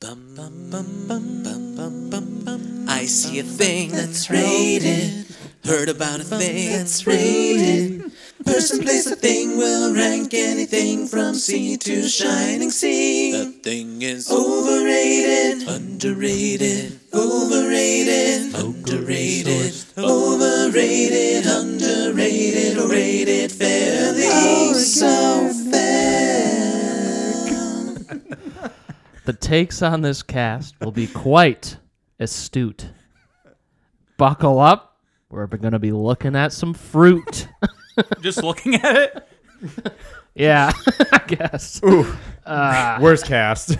Bum, bum, bum, bum, bum, bum, bum, bum. I see a thing that's rated. Heard about a thing that's rated. Person, place, a thing will rank anything from C to shining C. That thing is overrated, underrated, overrated, underrated, overrated, underrated, or rated fairly. Oh, so fair. The takes on this cast will be quite astute. Buckle up. We're going to be looking at some fruit. Just looking at it. yeah, I guess. Worst cast.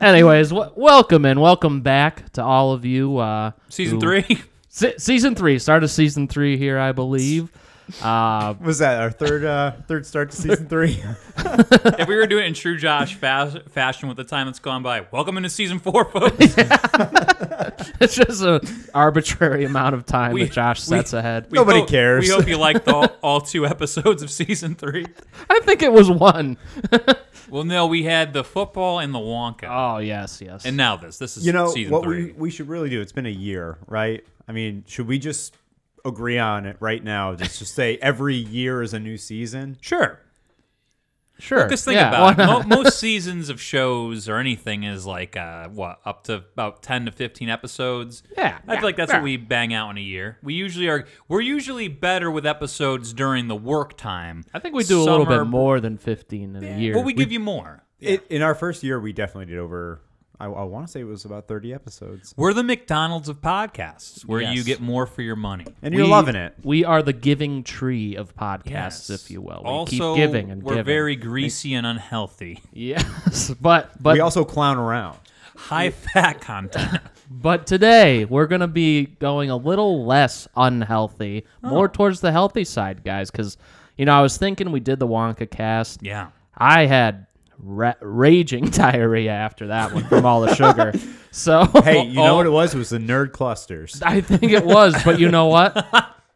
Anyways, w- welcome and welcome back to all of you. Uh, Season who- three. Se- season three. Start of season three here, I believe. Uh, Was that our third uh, third start to season three? if we were doing it in true Josh fa- fashion with the time that's gone by, welcome into season four, folks. it's just an arbitrary amount of time We- that Josh we- sets ahead. We Nobody hope- cares. We hope you liked all, all two episodes of season three. I think it was one. Well, no, we had the football and the Wonka, Oh yes, yes. and now this. This is You know season what three. we we should really do. It's been a year, right? I mean, should we just agree on it right now? Just just say every year is a new season. sure. sure. Just think yeah, about why it. not? Mo- most seasons of shows or anything is like uh, what up to about ten to fifteen episodes. Yeah, I yeah, feel like that's yeah. what we bang out in a year. We usually are. We're usually better with episodes during the work time. I think we do a little Summer- bit more than 15 in a year. Well, we give you more. It, in our first year, we definitely did over. I, I want to say it was about thirty episodes, We're the McDonald's of podcasts, where you Yes. get more for your money. and you're loving it. We are the giving tree of podcasts, if you will. We also, keep giving and we're giving. very greasy and unhealthy. yes, but but we also clown around. High fat content. but today we're gonna be going a little less unhealthy, more towards the healthy side, guys. Because you know, I was thinking we did the Wonka cast. yeah. I had ra- raging diarrhea after that one from all the sugar. So Hey, you oh. know what it was? It was the nerd clusters. I think it was, but you know what?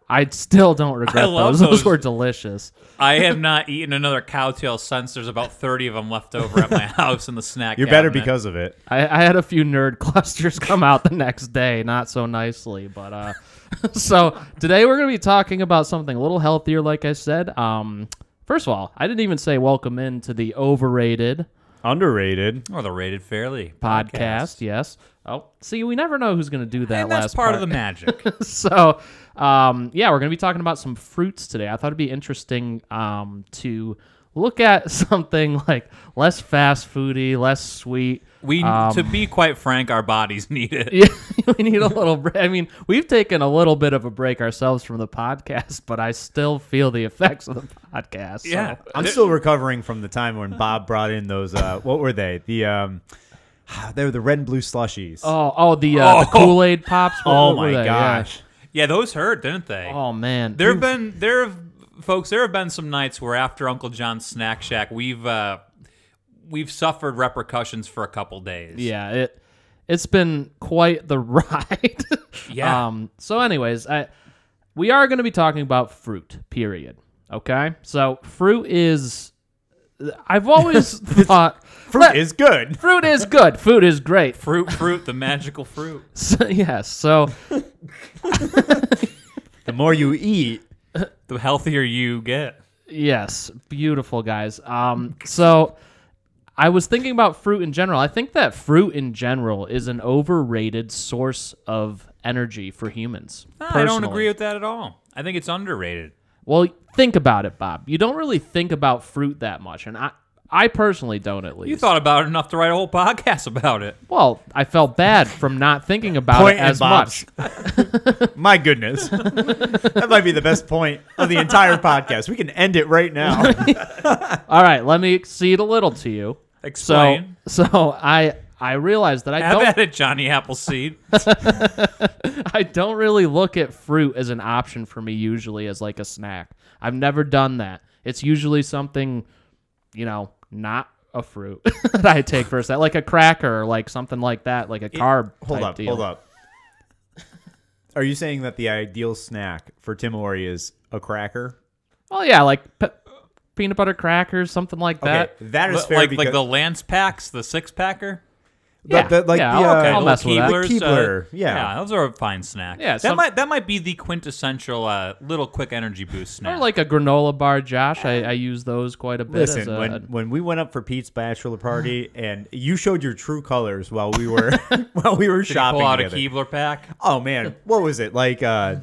I still don't regret love those. those. those. were delicious. I have not eaten another cowtail since there's about 30 of them left over at my house in the snack. You're better cabinet. because of it. I, I had a few nerd clusters come out the next day, not so nicely, but uh, so today we're gonna be talking about something a little healthier, like I said. Um, first of all, I didn't even say welcome into the overrated Underrated. Or the Rated Fairly podcast. Yes. Oh, see, we never know who's gonna do that And last that's part, of the magic. so um, yeah we're going to be talking about some fruits today i thought it'd be interesting um, to look at something like less fast foody less sweet We, Um, to be quite frank, our bodies need it. yeah, we need a little break. I mean, we've taken a little bit of a break ourselves from the podcast, but I still feel the effects of the podcast. so- Yeah. I'm still recovering from the time when Bob brought in those. Uh, what were they? The um, they were the red and blue slushies. Oh, oh, the, uh, the Oh. Kool Aid pops. What- Oh what were my they? Yeah. gosh! Yeah, those hurt, didn't they? Oh man. There have been there have folks. There have been some nights where after Uncle John's snack shack, we've uh, we've suffered repercussions for a couple days. yeah it it's been quite the ride Yeah. um so anyways i we are going to be talking about fruit period okay so fruit is i've always thought Fruit is good. fruit is good food is great fruit, fruit, the magical fruit. So- yes so The more you eat, The healthier you get. Yes, beautiful guys. Um, so I was thinking about fruit in general. I think that fruit in general is an overrated source of energy for humans. I don't personally. agree with that at all. I think it's underrated. Well, think about it, Bob. You don't really think about fruit that much, and I, I personally don't at least. You thought about it enough to write a whole podcast about it. Well, I felt bad from not thinking about Point it and as Bob's. much. my goodness, that might be the best point of the entire podcast. We can end it right now. All right, let me exceed a little to you. So, Explain. so I, I realized that I Have don't. at it, Johnny Appleseed. I don't really look at fruit as an option for me usually as like a snack. I've never done that. It's usually something, you know, not a fruit that I take first. That like a cracker or like something like that, like a carb. hold type up, deal. hold up. Are you saying that the ideal snack for Tim Ori is a cracker? Well, Oh, yeah, like pe- peanut butter crackers, something like that. that is fair like because like the Lance packs, the six packer. Yeah, the, like yeah, the, I'll- uh, I'll little mess with that. Keebler. Keeblers, Keebler, yeah. yeah, those are a fine snack. Yeah, that some- might that might be the quintessential uh, little quick energy boost snack. Or like a granola bar, Josh. I, I use those quite a bit. as Listen, a, when, when we went up for Pete's bachelor party and you showed your true colors while we were while we were Did you shopping pull out a together. Keebler pack. Oh man, what was it like? Uh,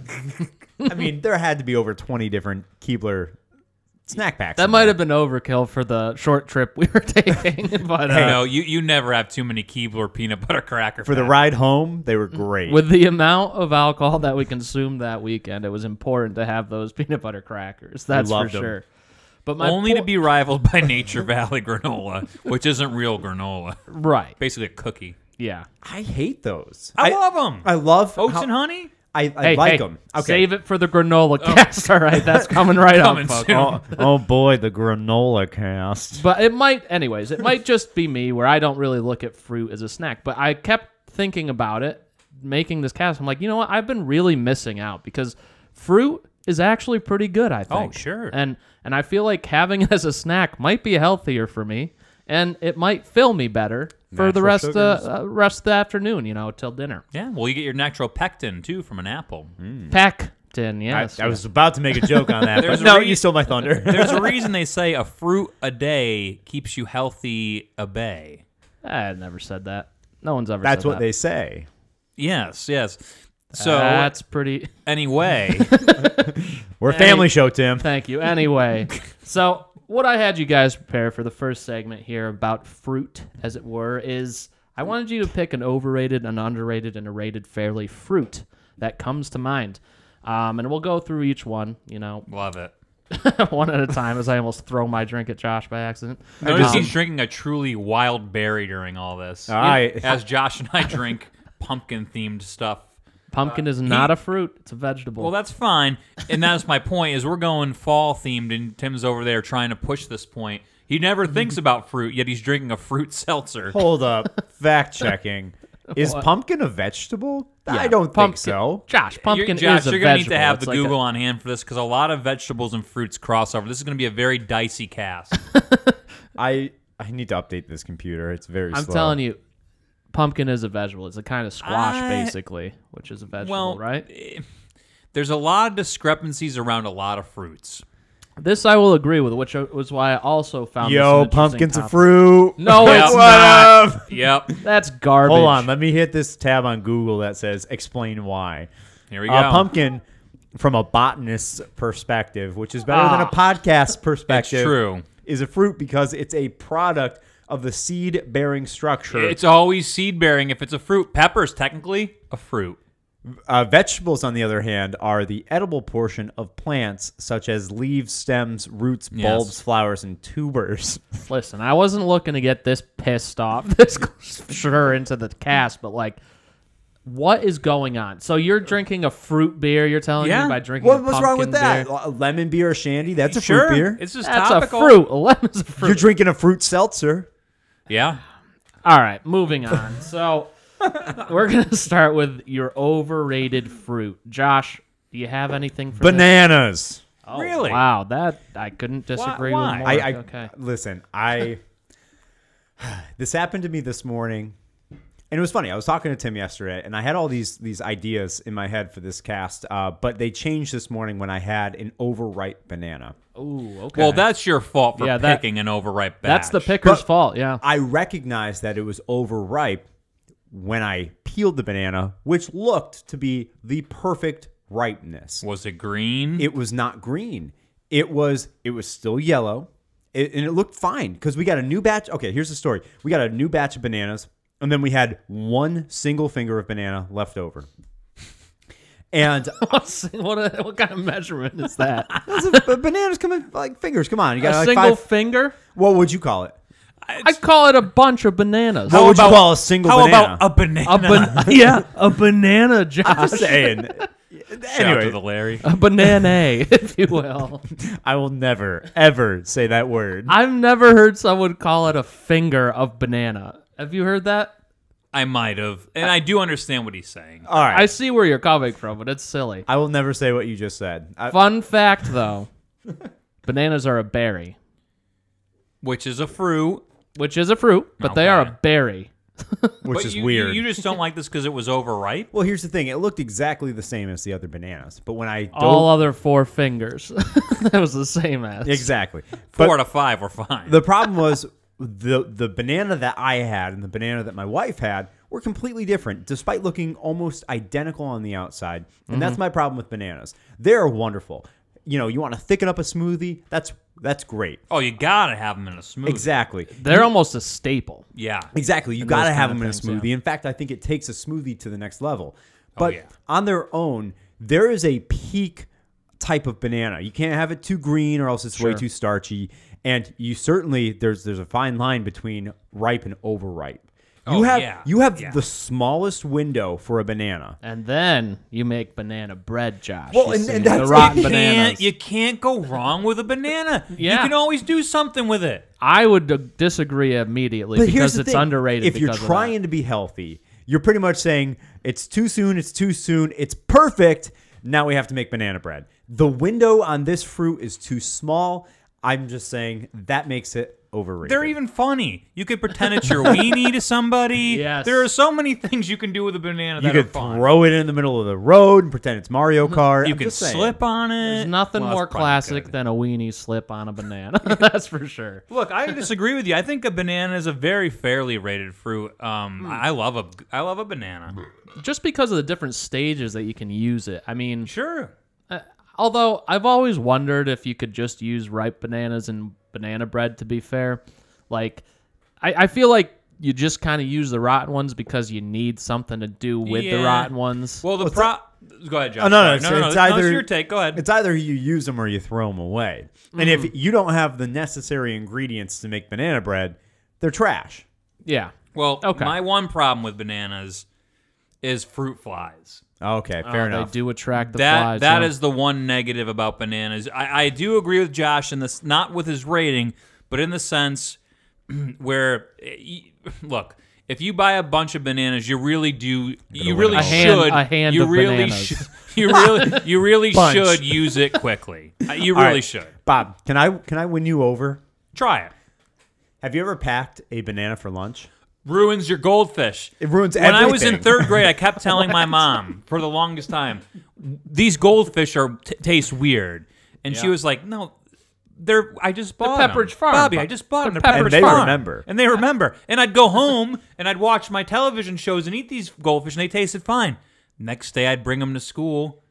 I mean, there had to be over twenty different Keebler snack packs. that in might there. have been overkill for the short trip we were taking. But uh, no, you you never have too many Keebler peanut butter cracker for the packs. ride home. They were great. Mm, with the amount of alcohol that we consumed that weekend, it was important to have those peanut butter crackers. That's for loved 'em. sure. But my Only to po- be rivaled by Nature Valley granola, which isn't real granola. right. Basically a cookie. Yeah. I hate those. I, love 'em. love them. I love Oats how- and honey. I, I Hey, like hey, them. Okay. Save it for the granola cast. All right, that's coming right Coming up, folks. soon. Oh, oh boy, the granola cast. But it might, anyways, it might just be me where I don't really look at fruit as a snack. But I kept thinking about it, making this cast. I'm like, you know what? I've been really missing out because fruit is actually pretty good. I Oh, think. sure. And and I feel like having it as a snack might be healthier for me, and it might fill me better for the Natural rest of sugars. uh, rest of the afternoon. You know, till dinner. Yeah, well, you get your natural pectin too from an apple. Pectin, I, yes. Hmm. I was about to make a joke on that, but There's a no, rea- you stole my thunder. There's a reason they say a fruit a day keeps you healthy a bay. I never said that. No one's ever. That's said what that. they say. Yes, yes. So That's pretty. anyway, We're a family show, Tim. Thank you. Anyway, so what I had you guys prepare for the first segment here about fruit, as it were, is I wanted you to pick an overrated, an underrated, and a rated fairly fruit that comes to mind. Um, and we'll go through each one, you know, love it. one at a time, as I almost throw my drink at Josh by accident. Notice he's drinking a truly wild berry during all this. All right. As Josh and I drink pumpkin themed stuff. Pumpkin is not a fruit; it's a vegetable. Uh, Well, that's fine. And that's my point is we're going fall themed and Tim's over there trying to push this point. He never thinks Mm-hmm. about fruit, yet he's drinking a fruit seltzer. Hold up. Fact checking. Is pumpkin a vegetable? I Yeah, don't pumpkin- think so. Josh, pumpkin you're, Josh, is a you're vegetable. gonna need to have It's the like a- Google on hand for this because a lot of vegetables and fruits cross over. This is going to be a very dicey cast. I I need to update this computer. It's very I'm slow. telling you, pumpkin is a vegetable. It's a kind of squash, I- basically, which is a vegetable, well, right? There's a lot of discrepancies around a lot of fruits. This I will agree with, which was why I also found. this an Yo, interesting pumpkin's a topic. fruit. No, Yeah. it's What not. Up. Yep. That's garbage. Hold on, let me hit this tab on Google that says "Explain why." Here we Uh, go. A pumpkin, from a botanist's perspective, which is better Ah. than a podcast perspective, true. is a fruit because it's a product of the seed-bearing structure. It's always seed bearing if it's a fruit. Peppers, technically, a fruit. uh, vegetables, on the other hand, are the edible portion of plants, such as leaves, stems, roots, Yes. bulbs, flowers, and tubers. Listen, I wasn't looking to get this pissed off, this sure into the cast, but like, what is going on? So you're drinking a fruit beer? You're telling Yeah. me by drinking What, a what's pumpkin wrong with that? beer? A Lemon beer or shandy? That's a sure. fruit beer. It's just That's topical. a fruit. A lemon's a fruit. You're drinking a fruit seltzer. Yeah. All right, moving on. So we're gonna start with your overrated fruit, Josh. Do you have anything for this? Bananas. really? Wow, that I couldn't disagree why? with more. I, I okay. listen. I this happened to me this morning, and it was funny. I was talking to Tim yesterday, and I had all these these ideas in my head for this cast, uh, but they changed this morning when I had an overripe banana. Ooh, okay. Well, that's your fault for Yeah, that- picking an overripe batch. that's the picker's But- fault. Yeah. I recognized that it was overripe when I peeled the banana, which looked to be the perfect ripeness. Was it green? it was not green. It was it was still yellow, it, and it looked fine because we got a new batch. Okay, here's the story: we got a new batch of bananas, and then we had one single finger of banana left over. And What's, what, a, what kind of measurement is that? that's a- but bananas come in like fingers. Come on, you a got like single five. finger? What would you call it? I call it a bunch of bananas. What would about- you call a single How banana? about a banana? A ban- yeah, a banana, I'm Josh. just saying. Shout out anyway, to the Larry. A banana, if you will. I will never ever say that word. I've never heard someone call it a finger of banana. Have you heard that? I might have, and I do understand what he's saying. All right, I see where you're coming from, but it's silly. I will never say what you just said. I, Fun fact, though bananas are a berry, Which is a fruit. which is a fruit, but they Okay. are a berry. which But is you, weird. You just don't like this because it was overripe. well, here's the thing. It looked exactly the same as the other bananas, but when I dove, Oh. All other four fingers. that was the same as. exactly, Four But out of five were fine. the problem was the the banana that I had and the banana that my wife had were completely different, despite looking almost identical on the outside. And that's Mm-hmm. my problem with bananas. They're wonderful. You know, you want to thicken up a smoothie. That's that's great. oh, you gotta have them in a smoothie. Exactly. They're almost a staple. Yeah. Exactly. You got to those have them kind in a of things, smoothie. In fact, I think it takes a smoothie to the next level. But Oh, yeah. on their own, there is a peak type of banana. You can't have it too green or else it's way too starchy. And you certainly there's there's a fine line between ripe and overripe. You Oh, have yeah. you have Yeah. the smallest window for a banana. And then you make banana bread, Josh. Well, You and- see, and that's- the rotten you Can't- bananas. you can't go wrong with a banana. You Yeah. can always do something with it. I would d- disagree immediately But here's because the it's thing. underrated. If you're because of that. trying to be healthy, you're pretty much saying it's too soon, it's too soon, it's perfect. Now we have to make banana bread. The window on this fruit is too small. I'm just saying that makes it overrated. They're even funny. You could pretend it's your weenie to somebody. Yes. There are so many things you can do with a banana that you could are fun. throw it in the middle of the road and pretend it's Mario Kart. Mm-hmm. you I'm can just saying. slip on it. There's nothing Well, more that's probably classic good. than a weenie slip on a banana. That's for sure. Look, I disagree with you. I think a banana is a very fairly rated fruit. Um, Hmm. I love a I love a banana. Just because of the different stages that you can use it. I mean, Sure. Uh, although I've always wondered if you could just use ripe bananas and banana bread. To be fair, like I, I feel like you just kind of use the rotten ones because you need something to do with the Yeah. rotten ones. Well, the pro. Go ahead, Josh. Oh, no, no, Sorry. it's, no, no, it's no, either it's your take. Go ahead. It's either you use them or you throw them away. And Mm-hmm. if you don't have the necessary ingredients to make banana bread, they're trash. yeah, Well, Okay. my one problem with bananas is fruit flies. Okay, Ah, fair Uh, enough. They do attract the That flies. that is yeah. the one negative about bananas. I, I do agree with Josh in this, not with his rating, but in the sense where, eh, y- look, if you buy a bunch of bananas, you really do, you really a should, hand- a hand you of really bananas. should, you really, you really Bunch. should use it quickly. Uh, You All really right. should Bob, can I can I win you over? try it. Have you ever packed a banana for lunch? ruins your goldfish. It ruins when I was in everything. third grade, I kept telling my mom for the longest time, these goldfish are t- taste weird, and she was like, "No, they're I just bought Pepperidge them. Farm. Bobby. I just bought them. They're Pepperidge Pepperidge And they Farm. remember. and they remember." And I'd go home and I'd watch my television shows and eat these goldfish, and they tasted fine. Next day, I'd bring them to school.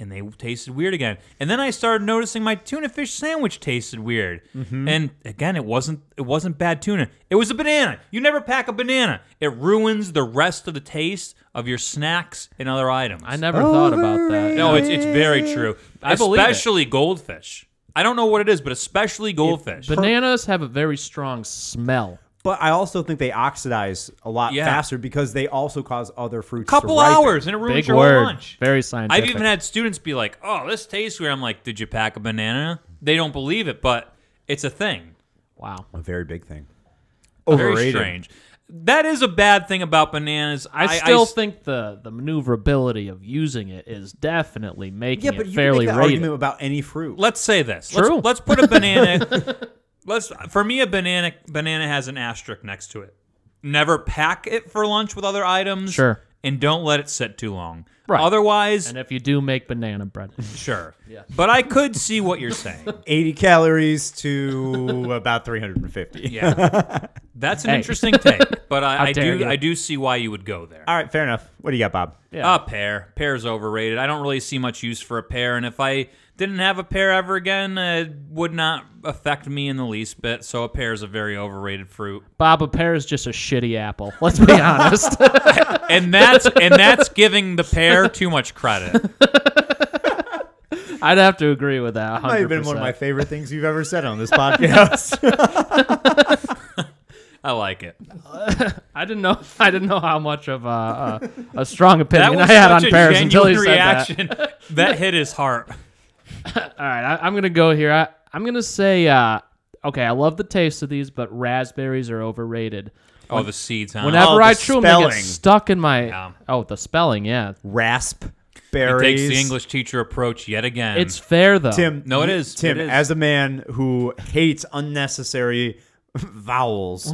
And they tasted weird again. And then I started noticing my tuna fish sandwich tasted weird. Mm-hmm. And again, it wasn't it wasn't bad tuna. It was a banana. You never pack a banana. It ruins the rest of the taste of your snacks and other items. I never thought about that. No, it's it's very true. I believe it. especially goldfish. I don't know what it is, but especially goldfish. bananas have a very strong smell. But I also think they oxidize a lot Yeah. faster because they also cause other fruits. couple to ripen. hours and it ruins Big your word. whole lunch. Very scientific. I've even had students be like, "Oh, this tastes weird." I'm like, "Did you pack a banana?" They don't believe it, but it's a thing. wow. A very big thing. Very strange. That is a bad thing about bananas. I, I still s- think the, the maneuverability of using it is definitely making Yeah, but it you can fairly make that rated. argument about any fruit. let's say this. True. Let's, let's put a banana. let's for me a banana banana has an asterisk next to it. Never pack it for lunch with other items. Sure. And don't let it sit too long. Right. Otherwise, And if you do make banana bread, sure. Yeah. But I could see what you're saying. 80 calories to about 350. Yeah. That's an Hey. interesting take, but How I, I dare do you. I do see why you would go there. All right, fair enough. What do you got, Bob? Yeah. A pair. Pair's overrated. I don't really see much use for a pair, and if I didn't have a pair ever again, uh, it would not affect me in the least bit. So a pair is a very overrated fruit, Bob, a pear is just a shitty apple. Let's be honest. and that's and that's giving the pair too much credit. I'd have to agree with that. 100%. Might have been one of my favorite things you've ever said on this podcast. I like it. I didn't know. I didn't know how much of a, a, a strong opinion That was I had such on a pears until he genuine said that. reaction. That. hit his heart. All right, I, I'm gonna go here. I, I'm gonna say, uh, okay, I love the taste of these, but raspberries are overrated. Oh, the seeds. Huh? Whenever the I chew them, they get spelling. stuck in my. Yeah. Mm. Oh, the spelling, yeah. Rasp, it berries. takes the English teacher approach yet again. It's fair though. Tim, No, it you- is. Tim, It is. as a man who hates unnecessary vowels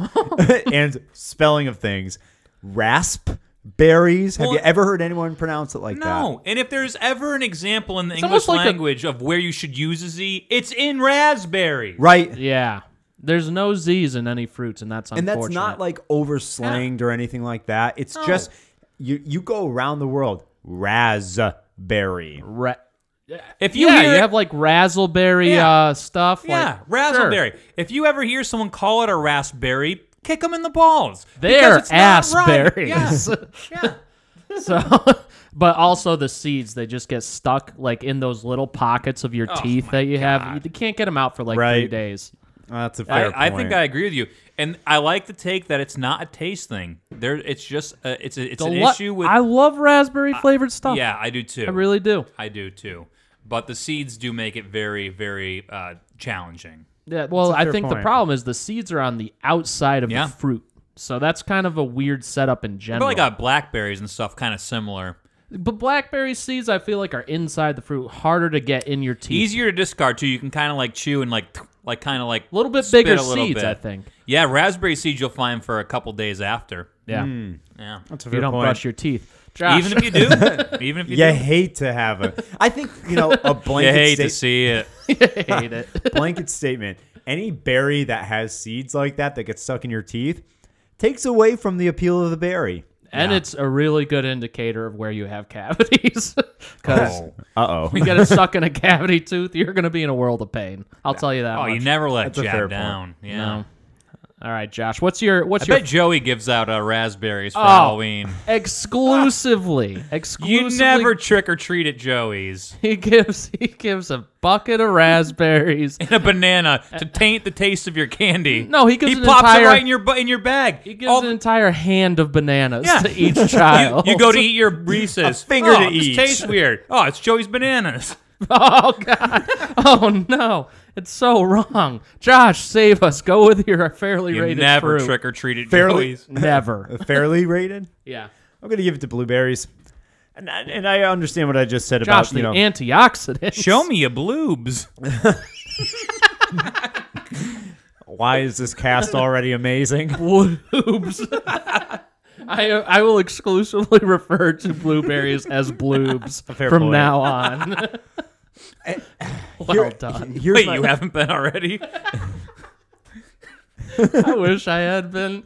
and spelling of things, raspberries. Have Well- you ever heard anyone pronounce it like No, and if there's ever an example in the English almost like a- language of where you should use a Z, it's in raspberry. that? Right. Yeah. There's no Z's in any fruits, and that's And unfortunate. that's not like over slanged or anything like that. It's just you you go around the world raspberry. Ra- If you yeah, hear you it- have like razzleberry Yeah. uh, stuff. yeah, like, sure. raspberry. If you ever hear someone call it a raspberry, kick them in the balls. They're because it's not right. assberries. Yeah. So, but also the seeds, they just get stuck like in those little pockets of Oh your teeth that you have. You can't get them out for like three Right. days. That's a fair I, I point. think I agree with you, and I like the take that it's not a taste thing. There, it's just uh, it's a, it's The an lo- issue with. I love raspberry flavored stuff. yeah, I do too. I really do. I do too. But the seeds do make it very, very uh, challenging. Yeah, well, I fair think the point. problem is the seeds are on the outside of Yeah. the fruit. So that's kind of a weird setup in general. Probably got uh, blackberries and stuff kind of similar. but blackberry seeds, I feel like, are inside the fruit, harder to get in your teeth. Easier to discard too. You can kind of like chew and like like kind of like A little bit spit bigger a little seeds, bit. I think. Yeah, raspberry seeds you'll find for a couple days after. Yeah, Yeah, That's a if you fair don't point. brush your teeth. Josh, Hmm, even if you do, even if you you do, hate to have a. I think you know a you blanket hate sta- to see it. hate it. blanket statement. Any berry that has seeds like that that gets stuck in your teeth takes away from the appeal of the berry. And it's a really good indicator of where you have cavities. Because Oh, Uh you get it stuck in a cavity tooth, you're going to be in a world of pain. I'll tell you that. Oh, much. you never let a fair Jab point. down. Yeah. No. All right, Josh. What's your what's I your bet Joey gives out uh, raspberries Oh. for Halloween. exclusively You exclusively never trick or treat at Joey's. he gives he gives a bucket of raspberries. And a banana to taint the taste of your candy. Uh, No, he gives he an pops entire- it right in your bu- in your bag. He gives an entire hand of bananas Yeah. to each child. you, you go to eat your Reese's. finger oh, to this eat. tastes weird. Oh, it's Joey's bananas. Oh god. Oh no. It's so wrong. Josh, save us. Go with your fairly You rated never fruit. trick or treat at Fairly- Joey's. Never. oh. Fairly rated. Yeah. I'm gonna give it to blueberries. And I, and I understand what I just said Josh, about you the know. antioxidants. Show me your bloobs. why is this cast already amazing? bloobs. I I will exclusively refer to blueberries as bloobs Fair from point. now on. Eh, well Here- done. Here's Wait, my- you haven't been already? I wish I had been.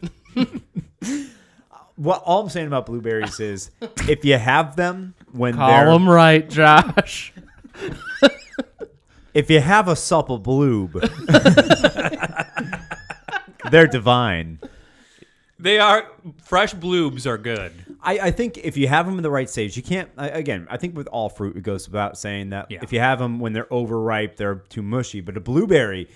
what all I'm saying about blueberries is if you have them when Call they're them right, Josh. if you have a supple bloob, they're divine. They are fresh bloobs are good. I, I think if you have them in the right stage, you can't. I, again, I think with all fruit, it goes without saying that Yeah. if you have them when they're overripe, they're too mushy. But a blueberry,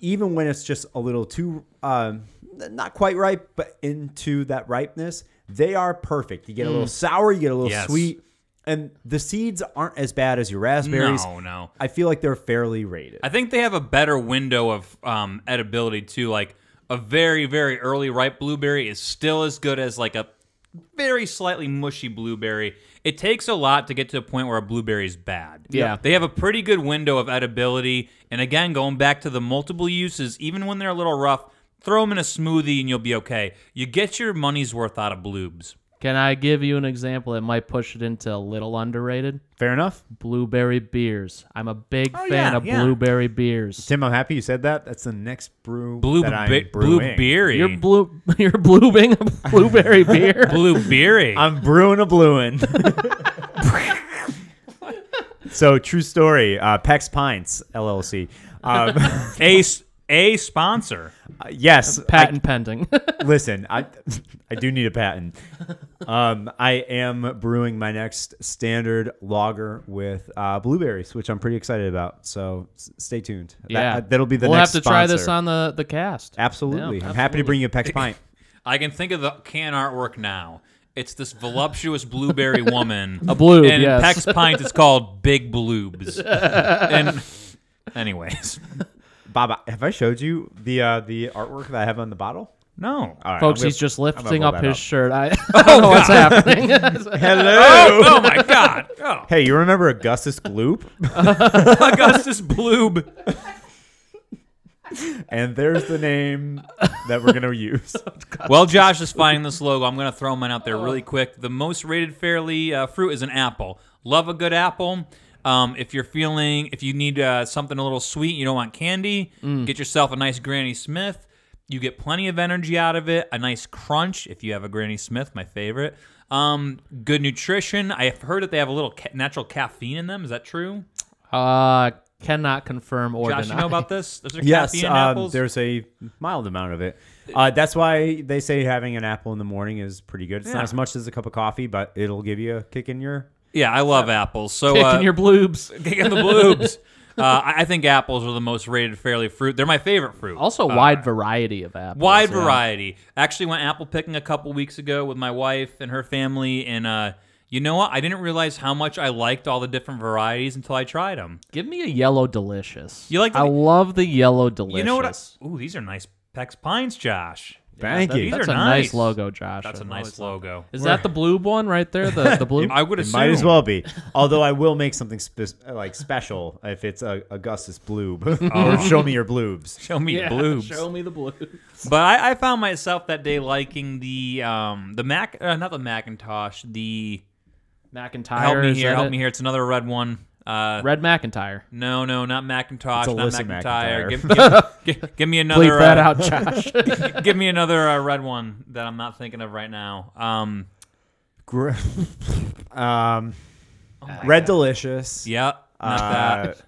even when it's just a little too, um, not quite ripe, but into that ripeness, they are perfect. You get a little sour, you get a little Mm. Yes. sweet, and the seeds aren't as bad as your raspberries. No, no. I feel like they're fairly rated. I think they have a better window of um, edibility too. Like a very, very early ripe blueberry is still as good as like a very slightly mushy blueberry. It takes a lot to get to a point where a blueberry is bad. Yeah. They have a pretty good window of edibility. And again, going back to the multiple uses, even when they're a little rough, throw them in a smoothie and you'll be okay. You get your money's worth out of bloobs. Can I give you an example that might push it into a little underrated? Fair enough, Blueberry beers. I'm a big Oh, fan yeah, of yeah. blueberry beers. Tim. I'm happy you said that. That's the next brew Blue, that I'm be- brewing. blueberry. You're blue. You're blueing a blueberry beer. blueberry. I'm brewing a blueing. so true story. Uh, Pex Pints LLC. Um, a, s- a sponsor. yes, Patent pending. I- listen, I I do need a patent. Um, I am brewing my next standard lager with uh, blueberries, which I'm pretty excited about. So s- stay tuned. That- uh, yeah, that'll be the We'll next. have to try this sponsor. on the the cast. Absolutely, I'm Yeah, happy to bring you a Pex Pint. I can think of the can artwork now. It's this voluptuous blueberry woman. A bloob, And yes. Peck's Pint is called Big Bloobs. and anyways. Bob, have I showed you the uh, the artwork that I have on the bottle? No. All right, Folks, I'm he's just lifting blow up that his up. Oh, shirt. I, I don't know what's happening. gonna- hello. Oh, oh my god. Oh. Hey, you remember Augustus Gloop? Augustus Bloob. and there's the name that we're gonna use. Well, Josh is finding this logo. I'm going to throw mine out there really quick. The most rated fairly uh, fruit is an apple. Love a good apple. Um, if you're feeling, if you need uh, something a little sweet, you don't want candy, get yourself a nice Granny Smith. You get plenty of energy out of it. A nice crunch if you have a Granny Smith, my favorite. Um, good nutrition. I have heard that they have a little ca- natural caffeine in them. Is that true? Uh, cannot confirm or Josh, deny. you know about this? Is there yes, caffeine in um, apples? there's a mild amount of it. Uh, that's why they say having an apple in the morning is pretty good. It's Yeah. not as much as a cup of coffee, but it'll give you a kick in your. yeah, I love apples. So Kicking uh, your bloobs. Kicking the bloobs. uh, I I think apples are the most rated fairly fruit. They're my favorite fruit. Uh, Also, wide variety of apples. Wide yeah. variety. Actually, went apple picking a couple weeks ago with my wife and her family, and uh, you know what? I didn't realize how much I liked all the different varieties until I tried them. Give me a yellow delicious. You like the- I love the yellow delicious. You know what? I, ooh, these are nice Pex Pines, Josh. Thank That- you. These That's are a nice. nice. logo, Josh. That's a I'm always- nice logo. Is that the blue one right there? The the blue. I would It assume. might as well be. Although I will make something spe- like special if it's a Augustus bloob or show me your bloobs. show me Yeah, bloobs. Show me the blue. But I, I found myself that day liking the um the Mac, uh, not the Macintosh. The McIntyre. help me is here, that help it? me here. It's another red one. Uh, Red McIntyre. No, no, not Macintosh, It's not Alyssa McIntyre. McIntyre. Give, give, give, give me another. Bleep that uh, out, Josh. Give me another uh, red one that I'm not thinking of right now. Um, Gr- um, Oh Red Delicious. yeah, not Uh, that.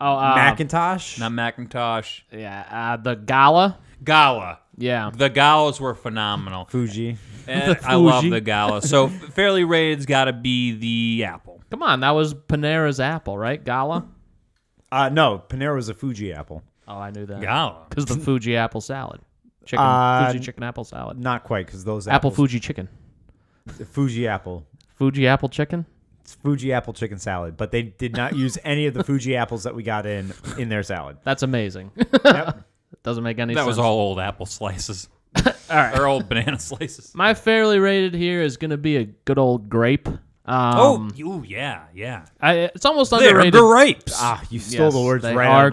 Oh, uh, Macintosh. Not Macintosh. yeah, uh, the gala. Gala. Yeah, The galas were phenomenal. Fuji. And I love Fuji. the gala. So fairly rated's got to be the apple. come on, that was Panera's apple, right? Gala. Uh, no, Panera was a Fuji apple. Oh, I knew that. Gala. Because the Fuji apple salad, chicken Uh, Fuji chicken apple salad, Not quite, because those apple apples, Fuji chicken, Fuji apple. Fuji apple chicken. It's Fuji apple chicken salad, but they did not use any of the Fuji apples that we got in in their salad. That's amazing. Doesn't make any That sense. was all old apple slices. all right. Or old banana slices. My fairly rated here is going to be a good old grape. Um, oh, you, yeah, yeah. I, it's almost They're underrated. grapes. Ah, you stole the Yes, words they right are out of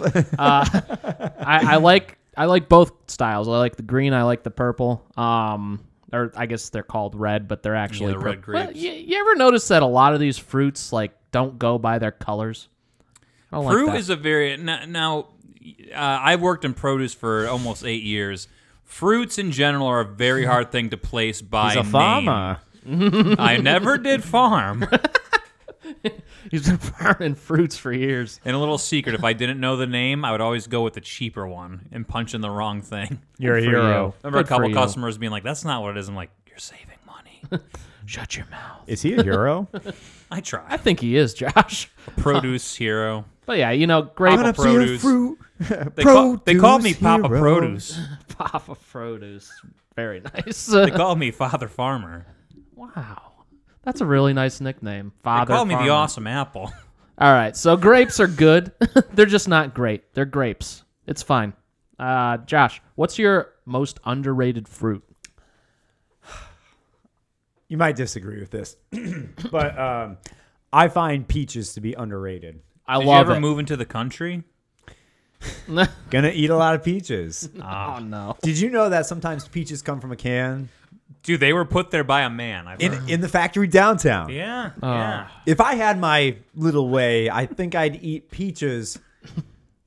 my grapes. mouth. I, I like I like both styles. I like the green. I like the purple. Um, or I guess they're called red, but they're actually they're red purp- Well, grapes. you, you ever notice that a lot of these fruits like don't go by their colors? I don't like Fruit that. is a very now. now uh, I've worked in produce for almost eight years. Fruits in general are a Hmm. very hard thing to place by He's a name. farmer. I never did farm. He's been farming fruits for years. And a little secret: if I didn't know the name, I would always go with the cheaper one and punch in the wrong thing. You're a Good for hero. you. Remember Good a for couple you. customers being like, "That's not what it is." I'm like, "You're saving money." Shut your mouth. Is he a hero? I I try. think he is Josh. Produce hero. But yeah, you know, grape Papa produce. fruit. uh, They, call, they called me Produce Papa hero. Produce. pop of produce. Very nice. They called me Father Farmer. wow. That's a really nice nickname. They Father. called me the Farmer. Awesome Apple. All right. So grapes are good. They're just not great. They're grapes. It's fine. Uh, Josh, what's your most underrated fruit? You might disagree with this, but um, I find peaches to be underrated. I Did you love ever it. move into the country? Gonna eat a lot of peaches. oh no. Did you know that sometimes peaches come from a can Dude, they were put there by a man. I've heard. in in the factory downtown? Uh-huh. Yeah, yeah. Oh. If I had my little way, I think I'd eat peaches,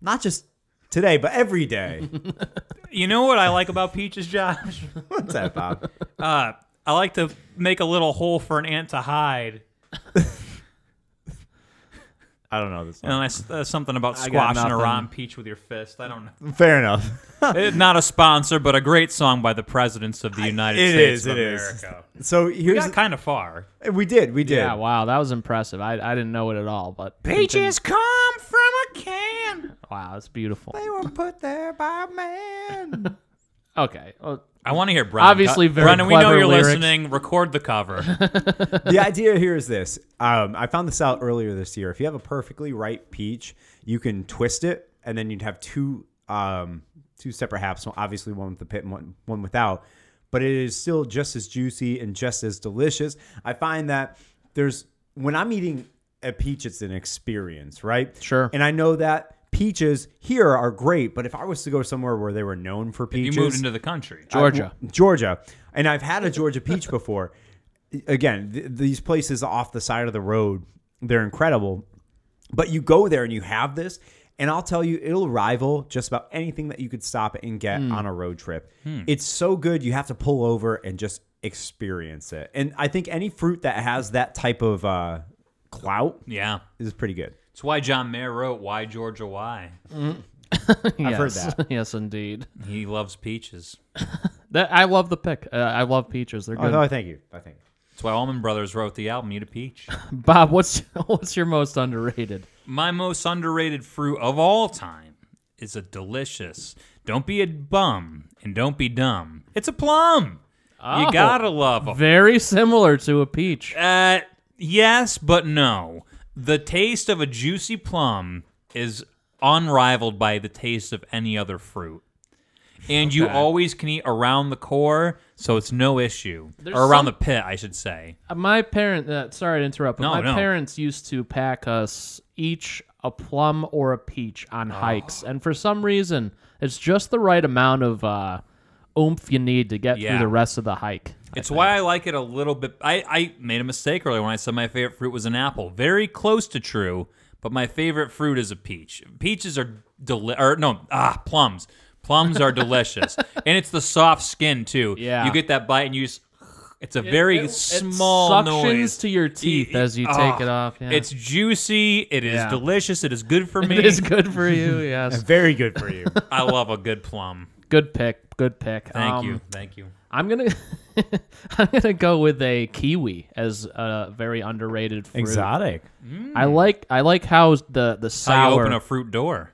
not just today, but every day. You know what I like about peaches, Josh? What's that, Bob? Uh, I like to make a little hole for an ant to hide, I don't know this and that's uh, something about I got squashing a nothing. rotten peach with your fist. I don't know. Fair enough. Eh, Not a sponsor, but a great song by the presidents of the United it States is, of it is. America. So We here's got kind of far. we did we did. Yeah. Wow. That was impressive. I, I didn't know it at all, but come from a can. Wow. It's beautiful. They were put there by man. Okay. uh, Well, I want to hear Brennan. Obviously very Brennan, we know clever you're lyrics. listening. Record the cover. the idea here is this. Um, I found this out earlier this year. If you have a perfectly ripe peach, you can twist it, and then you'd have two um, two separate halves. So obviously, one with the pit and one one without. But it is still just as juicy and just as delicious. I find that there's when I'm eating a peach, it's an experience, right? Sure. And I know that peaches here are great, but if I was to go somewhere where they were known for You peaches, moved into the country. Georgia. Georgia, and I've had a Georgia peach before. Again, th- these places off the side of the road, they're incredible. But you go there and you have this, and I'll tell you, it'll rival just about anything that you could stop and get Hmm. on a road trip. It's so good, you have to pull over and just experience it. And I think any fruit that has that type of uh, clout Yeah. is pretty good. It's why John Mayer wrote Why Georgia Why. I've heard that. yes, indeed. He loves peaches. That I love the pick. Uh, I love peaches. They're Oh, good. no, I thank you. I thank you. That's why Allman Brothers wrote the album Eat a Peach. Bob, what's what's your most underrated? My most underrated fruit of all time is a delicious. Don't be a bum and don't be dumb. It's a plum. Oh. you gotta love a Very similar to a peach. Uh, yes, but no. The taste of a juicy plum is unrivaled by the taste of any other fruit. And you always can eat around the core, so it's no issue. or around the pit, I should say. Uh, My parent, uh, sorry to interrupt, but No, my no. parents used to pack us each a plum or a peach on Ah. hikes, and for some reason, it's just the right amount of uh, oomph you need to get Yeah. through the rest of the hike. It's why I like it a little bit. I, I made a mistake earlier when I said my favorite fruit was an apple. Very close to true, but my favorite fruit is a peach. Peaches are deli- or no, ah, plums. Plums are delicious, and it's the soft skin too. Yeah. you get that bite and you just. It's a very it- it small suctions noise to your teeth Y- as you ah, take it off, yeah. It's juicy. It is Yeah. delicious. It is good for me. It is good for you, yes. Very good for you. I love a good plum. Good pick, good pick. Thank Um, you. Thank you. I'm gonna I'm gonna go with a kiwi as a very underrated fruit. Exotic. I like I like how the the How you sour. open a fruit door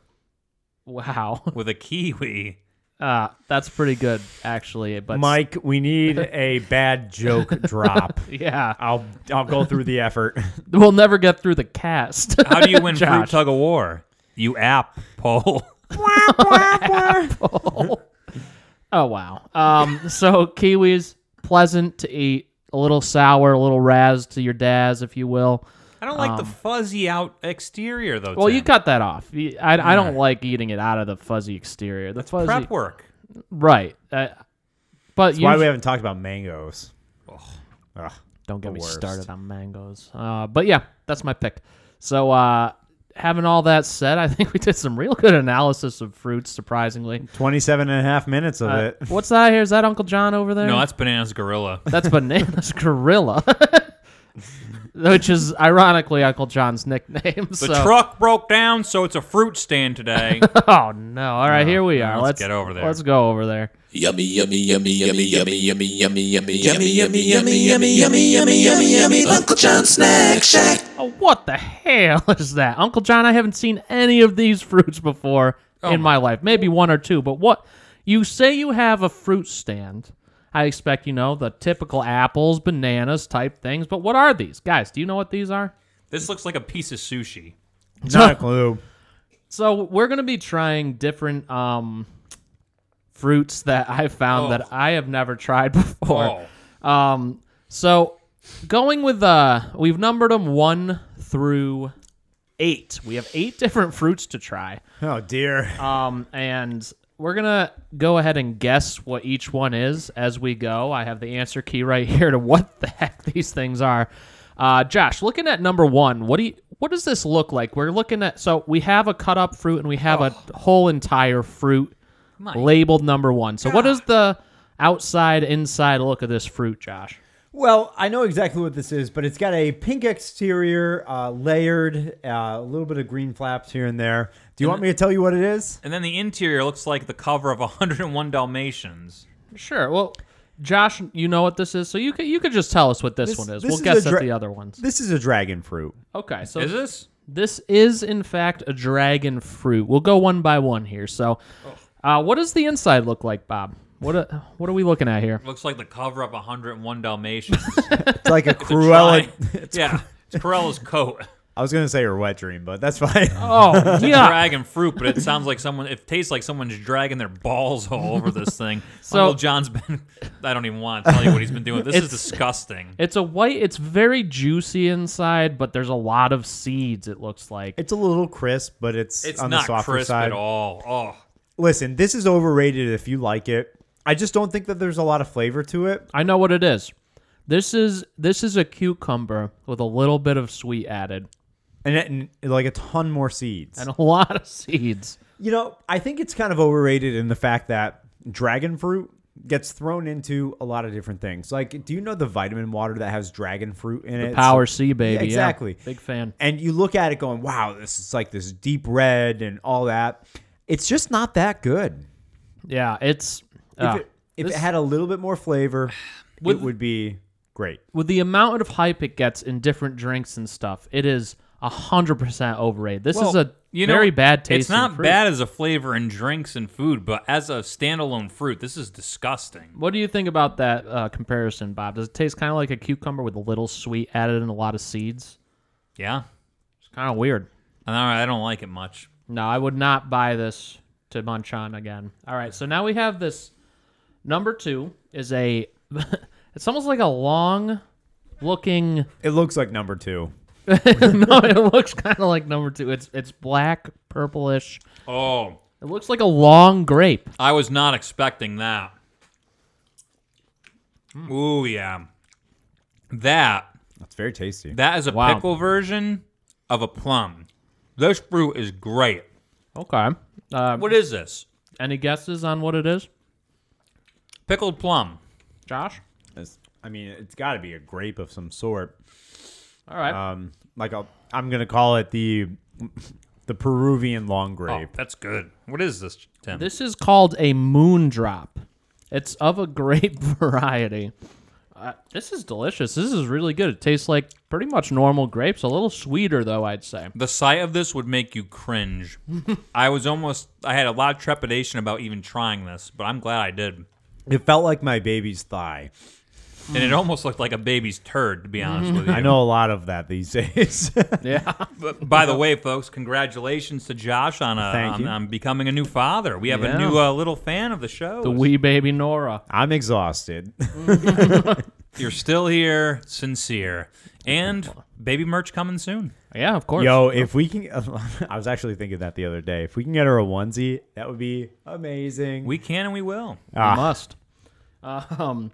wow, with a kiwi. uh, that's pretty good actually. But Mike, we need a bad joke drop. yeah, I'll I'll go through the effort. we'll never get through the cast. How do you win fruit Josh. tug of war? You app poll. oh wow. Um, so kiwis pleasant to eat, a little sour, a little razz to your daz, if you will. I don't like the fuzzy out exterior though. Um, Well, you Tim. cut that off. You- I, I don't like eating it out of the fuzzy exterior. The fuzzy, prep work. right? Uh, but Why usu- we haven't talked about mangoes? Ugh. Don't get me worst. started on mangoes. Uh, but yeah, that's my pick. So uh, having all that said, I think we did some real good analysis of fruits. Surprisingly, 27 and a half minutes of Uh, it. what's that here? Is that Uncle John over there? No, that's bananas gorilla. that's bananas gorilla, which is ironically Uncle John's nickname. The so. truck broke down, so it's a fruit stand today. Oh no! All right, here we are. let's Let's, get over there. Let's go over there. Yummy, yummy, yummy, yummy, yummy, yummy, yummy, yummy, yummy, yummy, yummy, yummy, yummy, yummy, yummy, yummy, Uncle John Snack Shack. Oh, what the hell is that, Uncle John? I haven't seen any of these fruits before Oh in my life. Maybe one or two, but what? You say you have a fruit stand. I expect you know the typical apples, bananas type things. But what are these, guys? Do you know what these are? this looks like a piece of sushi. Not a clue. So we're gonna be trying different um fruits that I found Oh. that I have never tried before. Oh, Um, so going with uh, we've numbered them one through eight. We have eight different fruits to try. Oh dear. Um, and we're gonna go ahead and guess what each one is as we go. I have the answer key right here to what the heck these things are. Uh, Josh, looking at number one, what do you, what does this look like? We're looking at so we have a cut up fruit and we have Oh. a whole entire fruit labeled number one. So what is the outside inside look of this fruit, Josh? Well, I know exactly what this is, but it's got a pink exterior, uh, layered, uh, a little bit of green flaps here and there. Do you want me to tell you what it is? and then the interior looks like the cover of 101 Dalmatians. Sure. Well, Josh, you know what this is, so you could you could just tell us what this, This- one is. this we'll is guess a at dra- the other ones. This is a dragon fruit. Okay. So Is this? this is in fact a dragon fruit. We'll go one by one here. So, uh, what does the inside look like, Bob? What uh what are we looking at here? Looks like the cover of 101 Dalmatians. It's like a Try- Cruella. yeah, it's Corella's coat. I was gonna say her wet dream, but that's fine. Oh yeah. dragon fruit, but it sounds like someone. It tastes like someone's dragging their balls all over this thing. So- Uncle John's been. I don't even want to tell you what he's been doing. This is disgusting. It's a white. It's very juicy inside, but there's a lot of seeds. It looks like. It's a little crisp, but it's, It's on the not softer crisp side. at all. Oh, Listen, this is overrated if you like it. I just don't think that there's a lot of flavor to it. I know what it is. This is this is a cucumber with a little bit of sweet added And, it- and like a ton more seeds. and a lot of seeds. You know, I think it's kind of overrated in the fact that dragon fruit gets thrown into a lot of different things. Like, do you know the vitamin water that has dragon fruit in it? Power So- C baby. Yeah, yeah. exactly. Big fan. And you look at it going, wow, this is like this deep red and all that. It's just not that good. Yeah, it's If, uh, it, if it had a little bit more flavor, it would be great. with the amount of hype it gets in different drinks and stuff. It is hundred percent overrated. This is Well, a very bad taste. It's not bad as a flavor in drinks and food, but as a standalone fruit, this is disgusting. What do you think about that uh, comparison, Bob? Does it taste kind of like a cucumber with a little sweet added and a lot of seeds? Yeah, It's kind of weird. and I I don't like it much. No, I would not buy this to munch on again. All right, so now we have this. Number two is a. it's almost like a long looking. It looks like number two. no, it looks kind of like number two. It's it's black, purplish. Oh, It looks like a long grape. I was not expecting that. Hmm. Ooh, yeah, that That's very tasty. that is a Wow. pickle version of a plum. This fruit is great. Okay. Uh, What is this? any guesses on what it is, Pickled plum. Josh? That's- I mean, it's got to be a grape of some sort. All right. um, like i I'm gonna call it the the Peruvian long Oh, grape. that's good. What is this, Tim? this is called a moondrop. It's of a grape variety. Uh, this is delicious. This is really good. It tastes like pretty much normal grapes, a little sweeter though, I'd say. the sight of this would make you cringe. I was almost. I had a lot of trepidation about even trying this, but I'm glad I did. It felt like my baby's thigh. And it almost looked like a baby's turd, to be honest with you. I know a lot of that these days. Yeah. By the way, folks, congratulations to Josh on a, Thank on, you. on becoming a new father. We have Yeah. a new uh, little fan of the show. the wee baby Nora. I'm exhausted. You're still here, sincere, and baby merch coming soon. Yeah, of course. Yo, if we can, I was actually thinking that the other day. If we can get her a onesie, that would be amazing. We can and we will. ah. You must. Um,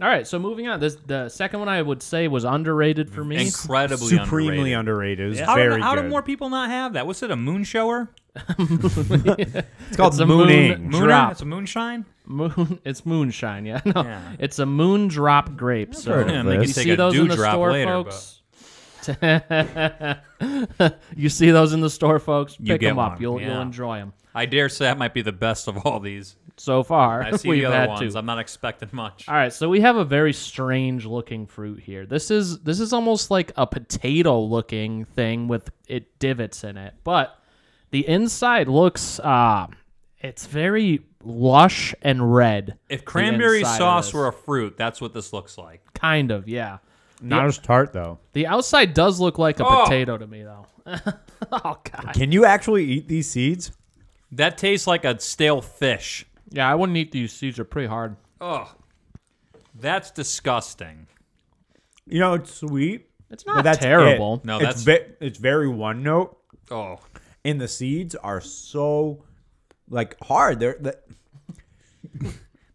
all right, so moving on. This the second one I would say was underrated for me. Incredibly Supremely underrated. underrated. It was How, very do, how good. do more people not have that? What's it? A moon shower? it's called It's a moon- mooning. Mooner? Drop. It's a moonshine. Moon, it's moonshine. Yeah, no, Yeah. it's a moondrop grape. So heard of they this. you can take see a those in the dewdrop store, later, folks. you see those in the store, folks. Pick You get them up. one, You'll you'll yeah. enjoy them. I dare say that might be the best of all these. So far, I see we've the other had ones. two. I'm not expecting much. All right, so we have a very strange looking fruit here. This is this is almost like a potato looking thing with it divots in it, but the inside looks uh it's very lush and red. If the cranberry inside of sauce this. were a fruit, that's what this looks like. kind of yeah, Not as tart though. the outside does look like a Oh. potato to me though. oh god, Can you actually eat these seeds? That tastes like a stale fish. yeah, I wouldn't eat these seeds. Are pretty hard. Ugh. That's disgusting. You know, it's sweet. It's but not that's it. terrible. No, that's- it's ve- it's very one note. Oh. and the seeds are so like hard. They're that,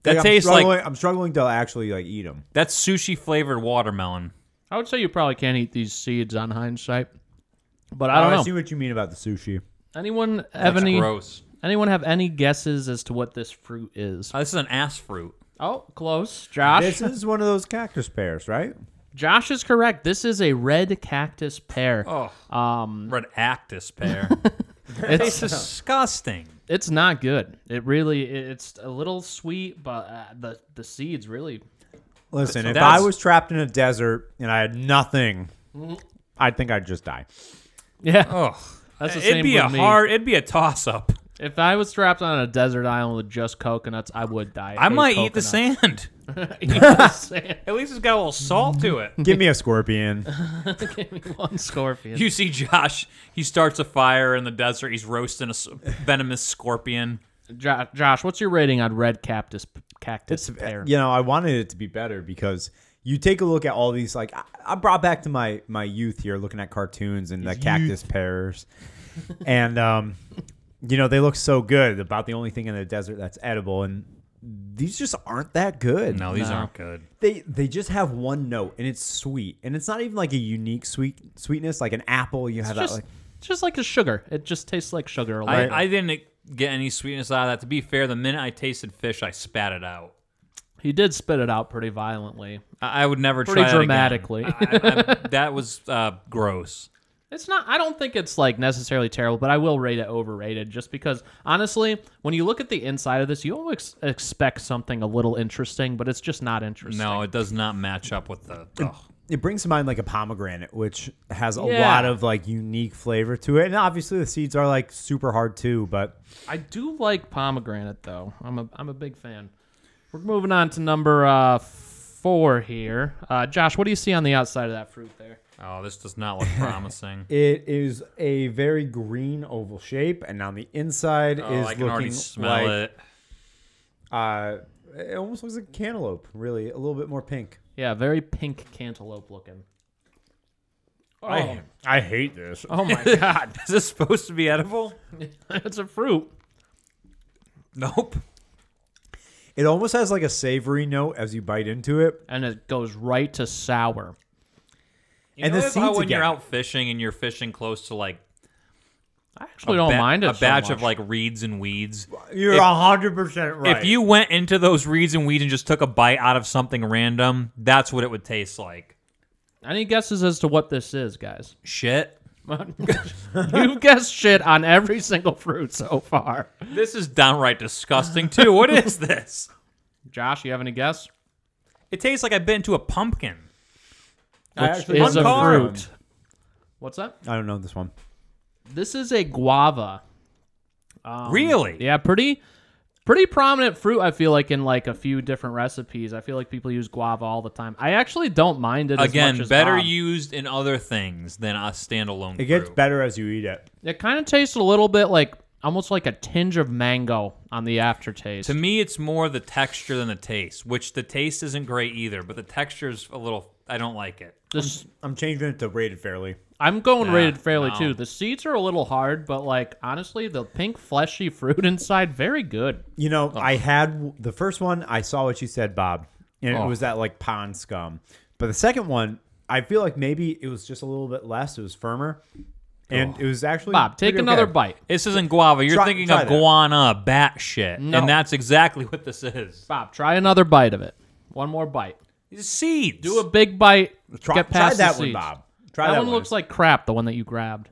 That tastes I'm like struggling- I'm struggling to actually like eat them. that's sushi flavored watermelon. I would say you probably can't eat these seeds on hindsight, but I don't see know. what you mean about the sushi. Anyone have That's any? gross. Anyone have any guesses as to what this fruit is? Oh, this is an ass fruit. Uh, Oh, close. Josh. This is one of those cactus pears, right? Josh is correct. This is a red cactus pear. Oh. Um red actus pear. it's It's disgusting. it's not good. It really it- it's a little sweet, but uh, the the seeds really Listen, if That's- I was trapped in a desert and I had nothing, I think I'd just die. yeah. Ugh. That's the it'd same be with a me. hard it'd be a toss up. If I was strapped on a desert island with just coconuts, I would die. I hate might eat the coconuts. sand. Eat the sand. At least it's got a little salt to it. Give me a scorpion. Give me one scorpion. You see Josh, he starts a fire in the desert. He's roasting a s- venomous scorpion. Jo- Josh, what's your rating on red cactus cactus It's- uh, pear? you know, I wanted it to be better because you take a look at all these. Like I, I brought back to my my youth here, looking at cartoons and the cactus pears, and um, you know they look so good. About the only thing in the desert that's edible, and these just aren't that good. No, these aren't good. They they just have one note, and it's sweet, and it's not even like a unique sweet sweetness. Like an apple, you have that. just, Like just like a sugar. It just tastes like sugar. A little. I, I didn't get any sweetness out of that. To be fair, the minute I tasted fish, I spat it out. he did spit it out pretty violently. I, I would never Pretty try that again. dramatically. I, I, that was uh, gross. It's not. I don't think it's like necessarily terrible, but I will rate it overrated just because honestly, when you look at the inside of this, you always expect something a little interesting, but it's just not interesting. No, it does not match up with the. oh, ugh. it brings to mind like a pomegranate, which has a Yeah. lot of like unique flavor to it, and obviously the seeds are like super hard too, but. I do like pomegranate though. I'm a I'm a big fan. We're moving on to number uh, four here. Uh, Josh, what do you see on the outside of that fruit there? Oh, this does not look promising. It is a very green oval shape, and on the inside Oh, is I can already looking smell like it. uh, it almost looks like cantaloupe. Really, a little bit more pink. Yeah, very pink cantaloupe looking. Oh, I hate this. oh my god, Is this supposed to be edible? it's a fruit. Nope. It almost has like a savory note as you bite into it. and it goes right to sour. You And know the how seeds when again. you're out fishing and you're fishing close to like I actually a don't ba- mind it. a so batch of much. like reeds and weeds. You're hundred percent right. If you went into those reeds and weeds and just took a bite out of something random, that's what it would taste like. Any guesses as to what this is, guys? Shit. You've guessed shit on every single fruit so far. This is downright disgusting too. What is this? Josh, you have any guess? It tastes like I bit into a pumpkin. I Which actually is a don't know fruit. this What's that? one. I don't know this one. This is a guava. really? Um, Yeah, pretty pretty prominent fruit I feel like in like a few different recipes. I feel like people use guava all the time. I actually don't mind it as much Again, as better Bob. used in other things than a standalone. It gets fruit. better as you eat it. It kind of tastes a little bit like almost like a tinge of mango on the aftertaste. To me, it's more the texture than the taste, which the taste isn't great either, but the texture's a little. I don't like it. This- I'm changing it to rated fairly. I'm going Nah, rated fairly no. too. The seeds are a little hard, but like honestly, the pink fleshy fruit inside very good. You know, I had the first one. I saw what you said, Bob, and Oh. it was that like pond scum. But the second one, I feel like maybe it was just a little bit less. It was firmer, and it was actually Bob, take pretty another okay. bite. This isn't guava. You're Try- thinking try of that. guana, bat shit. No. And that's exactly what this is. Bob, try another bite of it. One more bite. It's seeds. Do a big bite. Try, get past try that the one, seeds. Bob. That, Try that, one looks like crap. The one that you grabbed.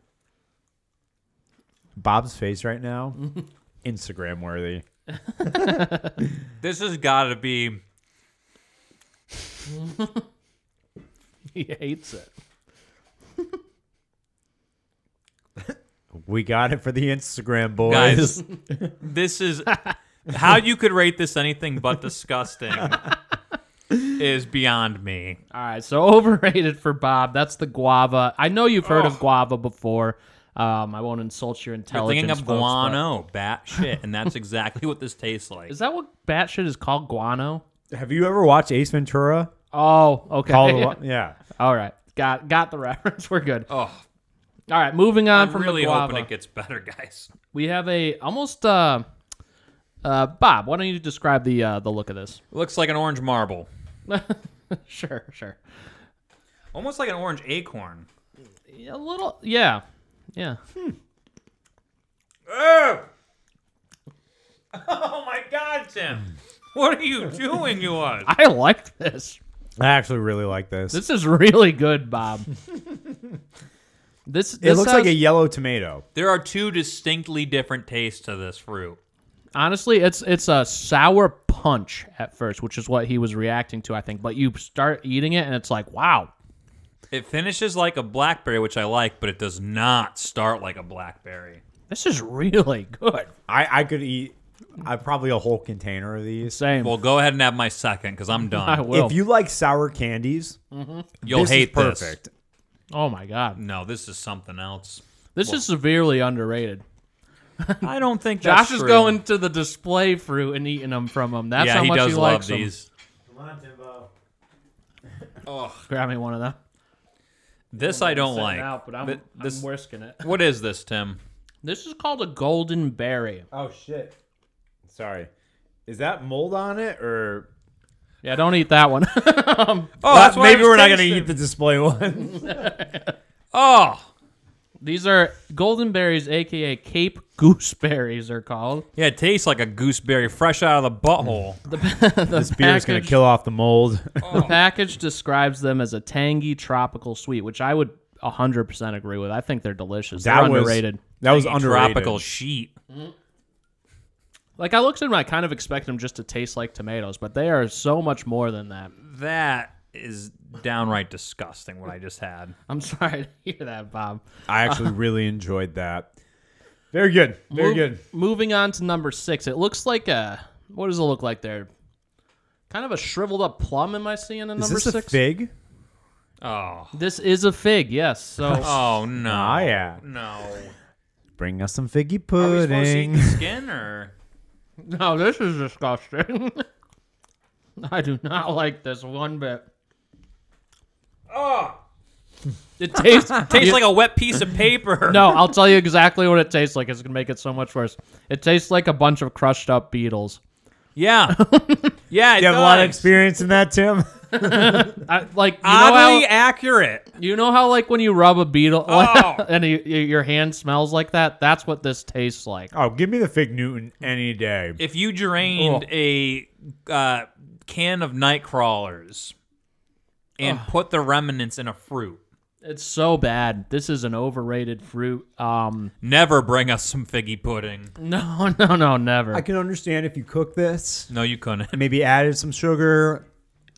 Bob's face right now. Instagram worthy. This has got to be. He hates it. We got it for the Instagram boys. Guys, this is. How you could rate this anything but disgusting is beyond me. All right, so overrated for Bob. That's the guava. I know you've heard of guava before. Um, I won't insult your You're intelligence. thinking of folks, but- guano, bat shit, and that's exactly what this tastes like. Is that what bat shit is called? Guano. have you ever watched Ace Ventura? Oh, okay. All the, yeah. All right, got got the reference. We're good. Oh, All right, moving on I'm from really the guava. hoping it gets better, guys. we have a almost uh, uh, Bob. Why don't you describe the uh, the look of this? Looks like an orange marble, sure, sure. almost like an orange acorn. A little, yeah, yeah. Oh my God, Tim! What are you doing to us? I like this. I actually really like this. This is really good, Bob. this, it this looks has- like a yellow tomato. There are two distinctly different tastes to this fruit. honestly, it's it's a sour punch at first, which is what he was reacting to, I think. But you start eating it, and it's like, wow, It finishes like a blackberry, which I like, but it does not start like a blackberry. This is really good. I, I could eat I probably a whole container of these. Same. Well, go ahead and have my second because I'm done. I will. If you like sour candies, You'll this is hate perfect. oh my god, This. No, this is something else. this is severely underrated. I don't think that's Josh is true. going to the display fruit and eating them from them. That's yeah, how he much does he love likes 'em. these. Grab me one of them. This I don't Sitting like. out, but I'm, Th- I'm this- whisking it. what is this, Tim? This is called a golden berry. Oh shit. Sorry. Is that mold on it or Yeah, don't eat that one. Oh, Well, that's why I maybe was we're not gonna tasting. eat the display one. Oh, These are golden berries, aka Cape gooseberries, are called. yeah, it tastes like a gooseberry fresh out of the butthole. this beer is gonna package- kill off the mold. The package describes them as a tangy tropical sweet, which I would 100% agree with. I think they're delicious. That they're was underrated. That was A underrated. Tropical sheep. Like I looked at them, I kind of expected them just to taste like tomatoes, but they are so much more than that. That is downright disgusting. What I just had. I'm sorry to hear that, Bob. I actually really enjoyed that. Very good. Very Move- good. Moving on to number six, it looks like a. What does it look like there? Kind of a shriveled up plum. Am I seeing in number Is this six? a fig? Oh, This is a fig. Yes. So oh no. Ah, yeah. No. Bring us some Are figgy we supposed to eat pudding. the skin or? no, Oh, this is disgusting. I do not like this one bit. Oh, It tastes tastes like a wet piece of paper. No, I'll tell you exactly what it tastes like. It's gonna make it so much worse. It tastes like a bunch of crushed up beetles. Yeah. Yeah. It You have a lot of does. experience in that, Tim. I, like you know how Oddly accurate. you know how like when you rub a beetle Oh. and you, you, your hand smells like that. That's what this tastes like. Oh, give me the fig Newton any day. If you drained Oh. a uh, can of Nightcrawlers and put the remnants in a fruit, It's so bad. This is an overrated fruit. Um, never bring us some figgy pudding. no, no, no, never. I can understand if you cook this, No, you couldn't. maybe added some sugar.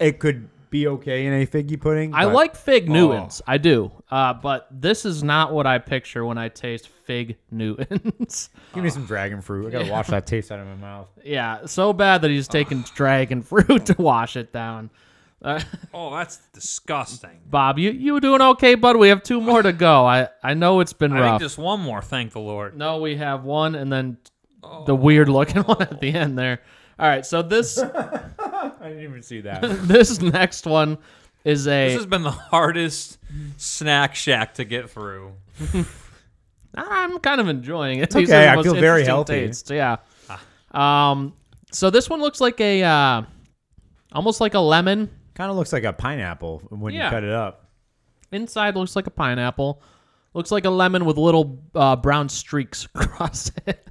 It could be okay in a figgy pudding. I but like fig oh. Newtons, I do, uh, but this is not what I picture when I taste fig Newtons. Give me some dragon fruit. I gotta wash that taste out of my mouth. yeah, so bad that he's taking dragon fruit to wash it down. Oh, that's disgusting. Bob, you you doing okay, bud? We have two more to go. I I know it's been I think rough. just one more, thank the Lord. No, we have one, and then Oh. the weird looking one at the end there. All right, so this I didn't even see that. this next one is a This has been the hardest snack shack to get through. I'm kind of enjoying it. okay, These are the I most feel very interesting healthy. tastes, Yeah. Ah. Um. So this one looks like a uh, almost like a lemon. kind of looks like a pineapple when Yeah. you cut it up. Inside looks like a pineapple. Looks like a lemon with little uh, brown streaks across it.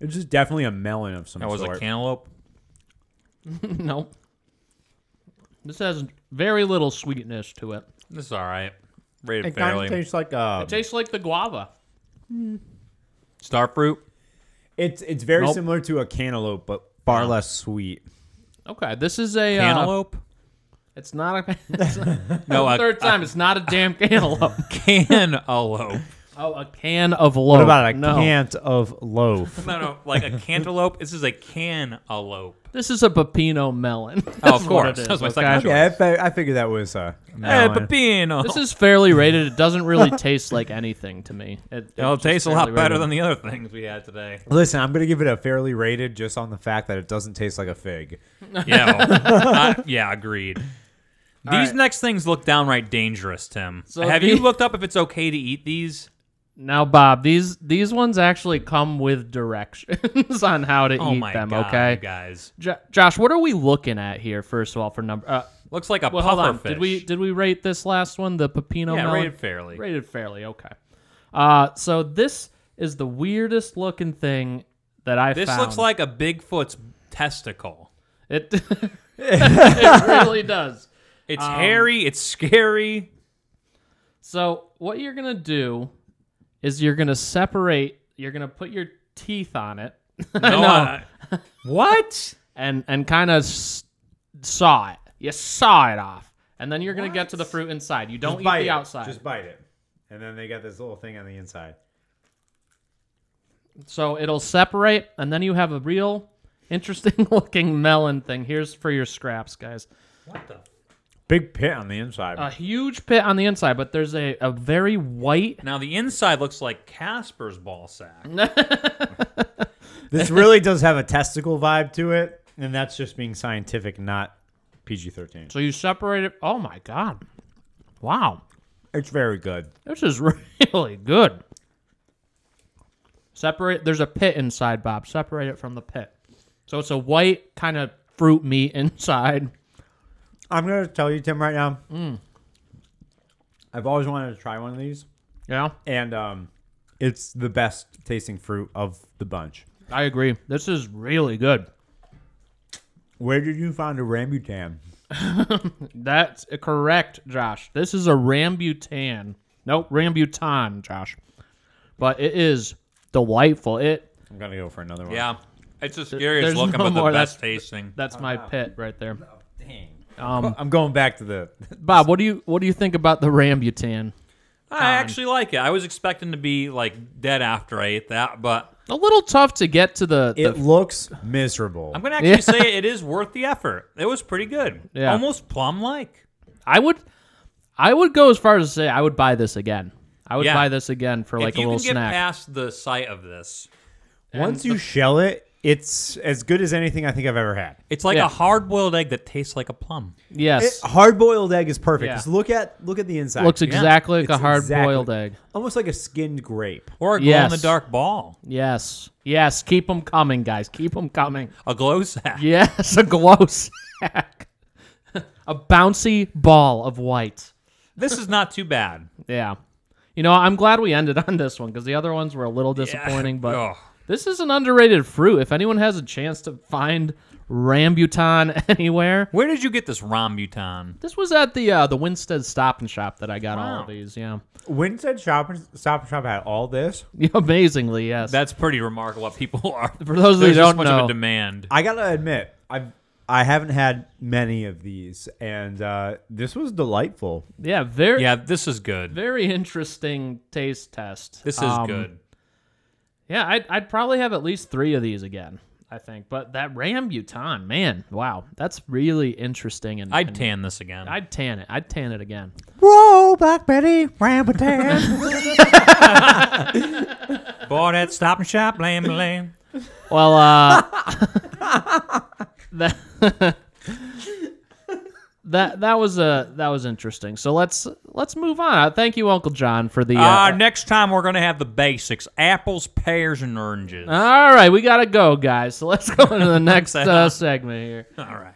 It's just definitely a melon of some That was sort. a cantaloupe. nope. This has very little sweetness to it. This is all right. Rated it kind fairly. of tastes like um, a. Um. It tastes like the guava. Star fruit. It's it's very Nope. similar to a cantaloupe, but far less sweet. Okay, this is a uh, Cantaloupe. it's not a. It's no, a, third time, it's not a damn cantaloupe. a cantaloupe. oh, a can of loaf. What about a no. cant of loaf? No, no, like a cantaloupe. This is a cantaloupe. This is a pepino melon. Oh, That's of what course. it is, That was my okay? second choice. yeah, I, fi- I figured that was a Eh, Hey, melon. Pepino. This is fairly rated. It doesn't really taste like anything to me. It, It'll it's just taste a lot fairly better rated. than the other things we had today. Listen, I'm gonna give it a fairly rated just on the fact that it doesn't taste like a fig. Yeah, well, I- yeah, agreed. These right. next things look downright dangerous, Tim. So Have the- you looked up if it's okay to eat these? Now, Bob, these these ones actually come with directions on how to Oh eat my them. god, you okay, guys! Jo- Josh, what are we looking at here? First of all, for number. Uh, Looks like a well, hold puffer on. fish. Did we did we rate this last one? The pepino yeah, melon. rated fairly. Rated fairly, okay. Uh, so this is the weirdest looking thing that I This found. looks like a Bigfoot's testicle. it. it really does. It's hairy. It's scary. So what you're gonna do is you're gonna separate. You're gonna put your teeth on it. No, I- what? And and kind of s- saw it. You saw it off, and then you're gonna get to the fruit inside. You don't eat the outside. Just bite it, and then they got this little thing on the inside. So it'll separate, and then you have a real interesting looking melon thing. Here's for your scraps, guys. Big pit on the inside. A huge pit on the inside, but there's a, a very white. Now the inside looks like Casper's ball sack. this really does have a testicle vibe to it, and that's just being scientific, not PG thirteen. So you separate it. Oh my god! Wow, It's very good. this is really good. Separate. There's a pit inside, Bob. Separate it from the pit. So it's a white kind of fruit meat inside. I'm gonna tell you, Tim, right now. I've always wanted to try one of these, Yeah, and um, it's the best tasting fruit of the bunch. I agree. This is really good. Where did you find a rambutan? That's correct, Josh. This is a rambutan. Nope, rambutan, Josh. But it is delightful. It I'm gonna go for another one. Yeah, it's the scariest there's looking, no but the more. best That's- tasting. that's my pit right there. Um, I'm going back to the. Bob, what do you what do you think about the rambutan? I actually like it. I was expecting to be like dead after I ate that, but A little tough to get to the, It the looks miserable. I'm gonna actually Yeah. say it is worth the effort. It was pretty good. Yeah. almost plum like. I would I would go as far as to say I would buy this again. I would Yeah. buy this again for like if a you little can get snack. past the sight of this, Once you shell it, it's as good as anything I think I've ever had. it's like Yeah. a hard boiled egg that tastes like a plum. yes. Hard boiled egg is perfect. Yeah. Just look at look at the inside. Looks exactly like It's a hard boiled exactly- egg. Almost like a skinned grape. Or a glow Yes. in the dark ball, Yes. Yes. Keep them coming, guys. Keep them coming. a glow sack. Yes, a glow sack. a bouncy ball of white. This is not too bad. Yeah. You know, I'm glad we ended on this one because the other ones were a little disappointing, but Ugh. this is an underrated fruit. If anyone has a chance to find rambutan anywhere, where did you get this rambutan? this was at the uh, the Winstead Stop and Shop that I got all Wow. of these. Yeah. When said Shop and Stop and Shop had all this, Amazingly, yes. That's pretty remarkable. What people are For those that There's this don't much of know. a demand. I gotta admit, I've I haven't had many of these, and uh, this was delightful. yeah, very Yeah, this is good. very interesting taste test. This is Um, good. Yeah, I'd, I'd probably have at least three of these again. I think, but that rambutan, man, wow, that's really interesting. And I'd and tan this again. I'd tan it. I'd tan it again. Whoa, Black Betty, Rambutan. Bought at Stop and Shop, lame, lame. Well, uh, that, that that was uh, that was interesting. So let's let's move on. Uh, Thank you, Uncle John, for the. Uh, Uh, next time we're gonna have the basics: apples, pears, and oranges. all right, we gotta go, guys. So let's go into the next uh, segment here. All right.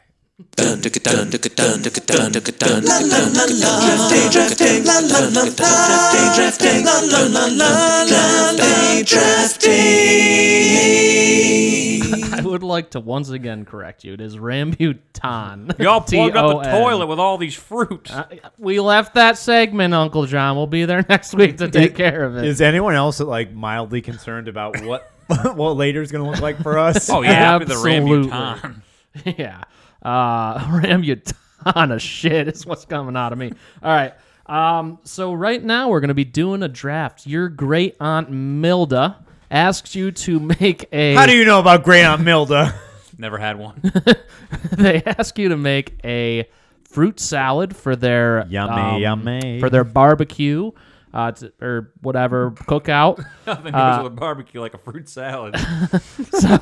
I would like to once again correct you. It is rambutan. Y'all plugged up T O the N. Uh, toilet with all these fruits. We left that segment, Uncle John. We'll be there next week to take care of it. Is anyone else like mildly concerned about what what later is gonna look like for us? oh yeah, after the absolutely. rambutan. yeah. Uh, rambutan of shit is what's coming out of me. All right. Um, so right now we're going to be doing a draft. Your great aunt Milda asks you to make a. How do you know about Great Aunt Milda? Never had one. they ask you to make a fruit salad for their um, Yummy, yummy. for their barbecue uh, t- or whatever cookout. Nothing goes Uh, with a barbecue like a fruit salad. Oh,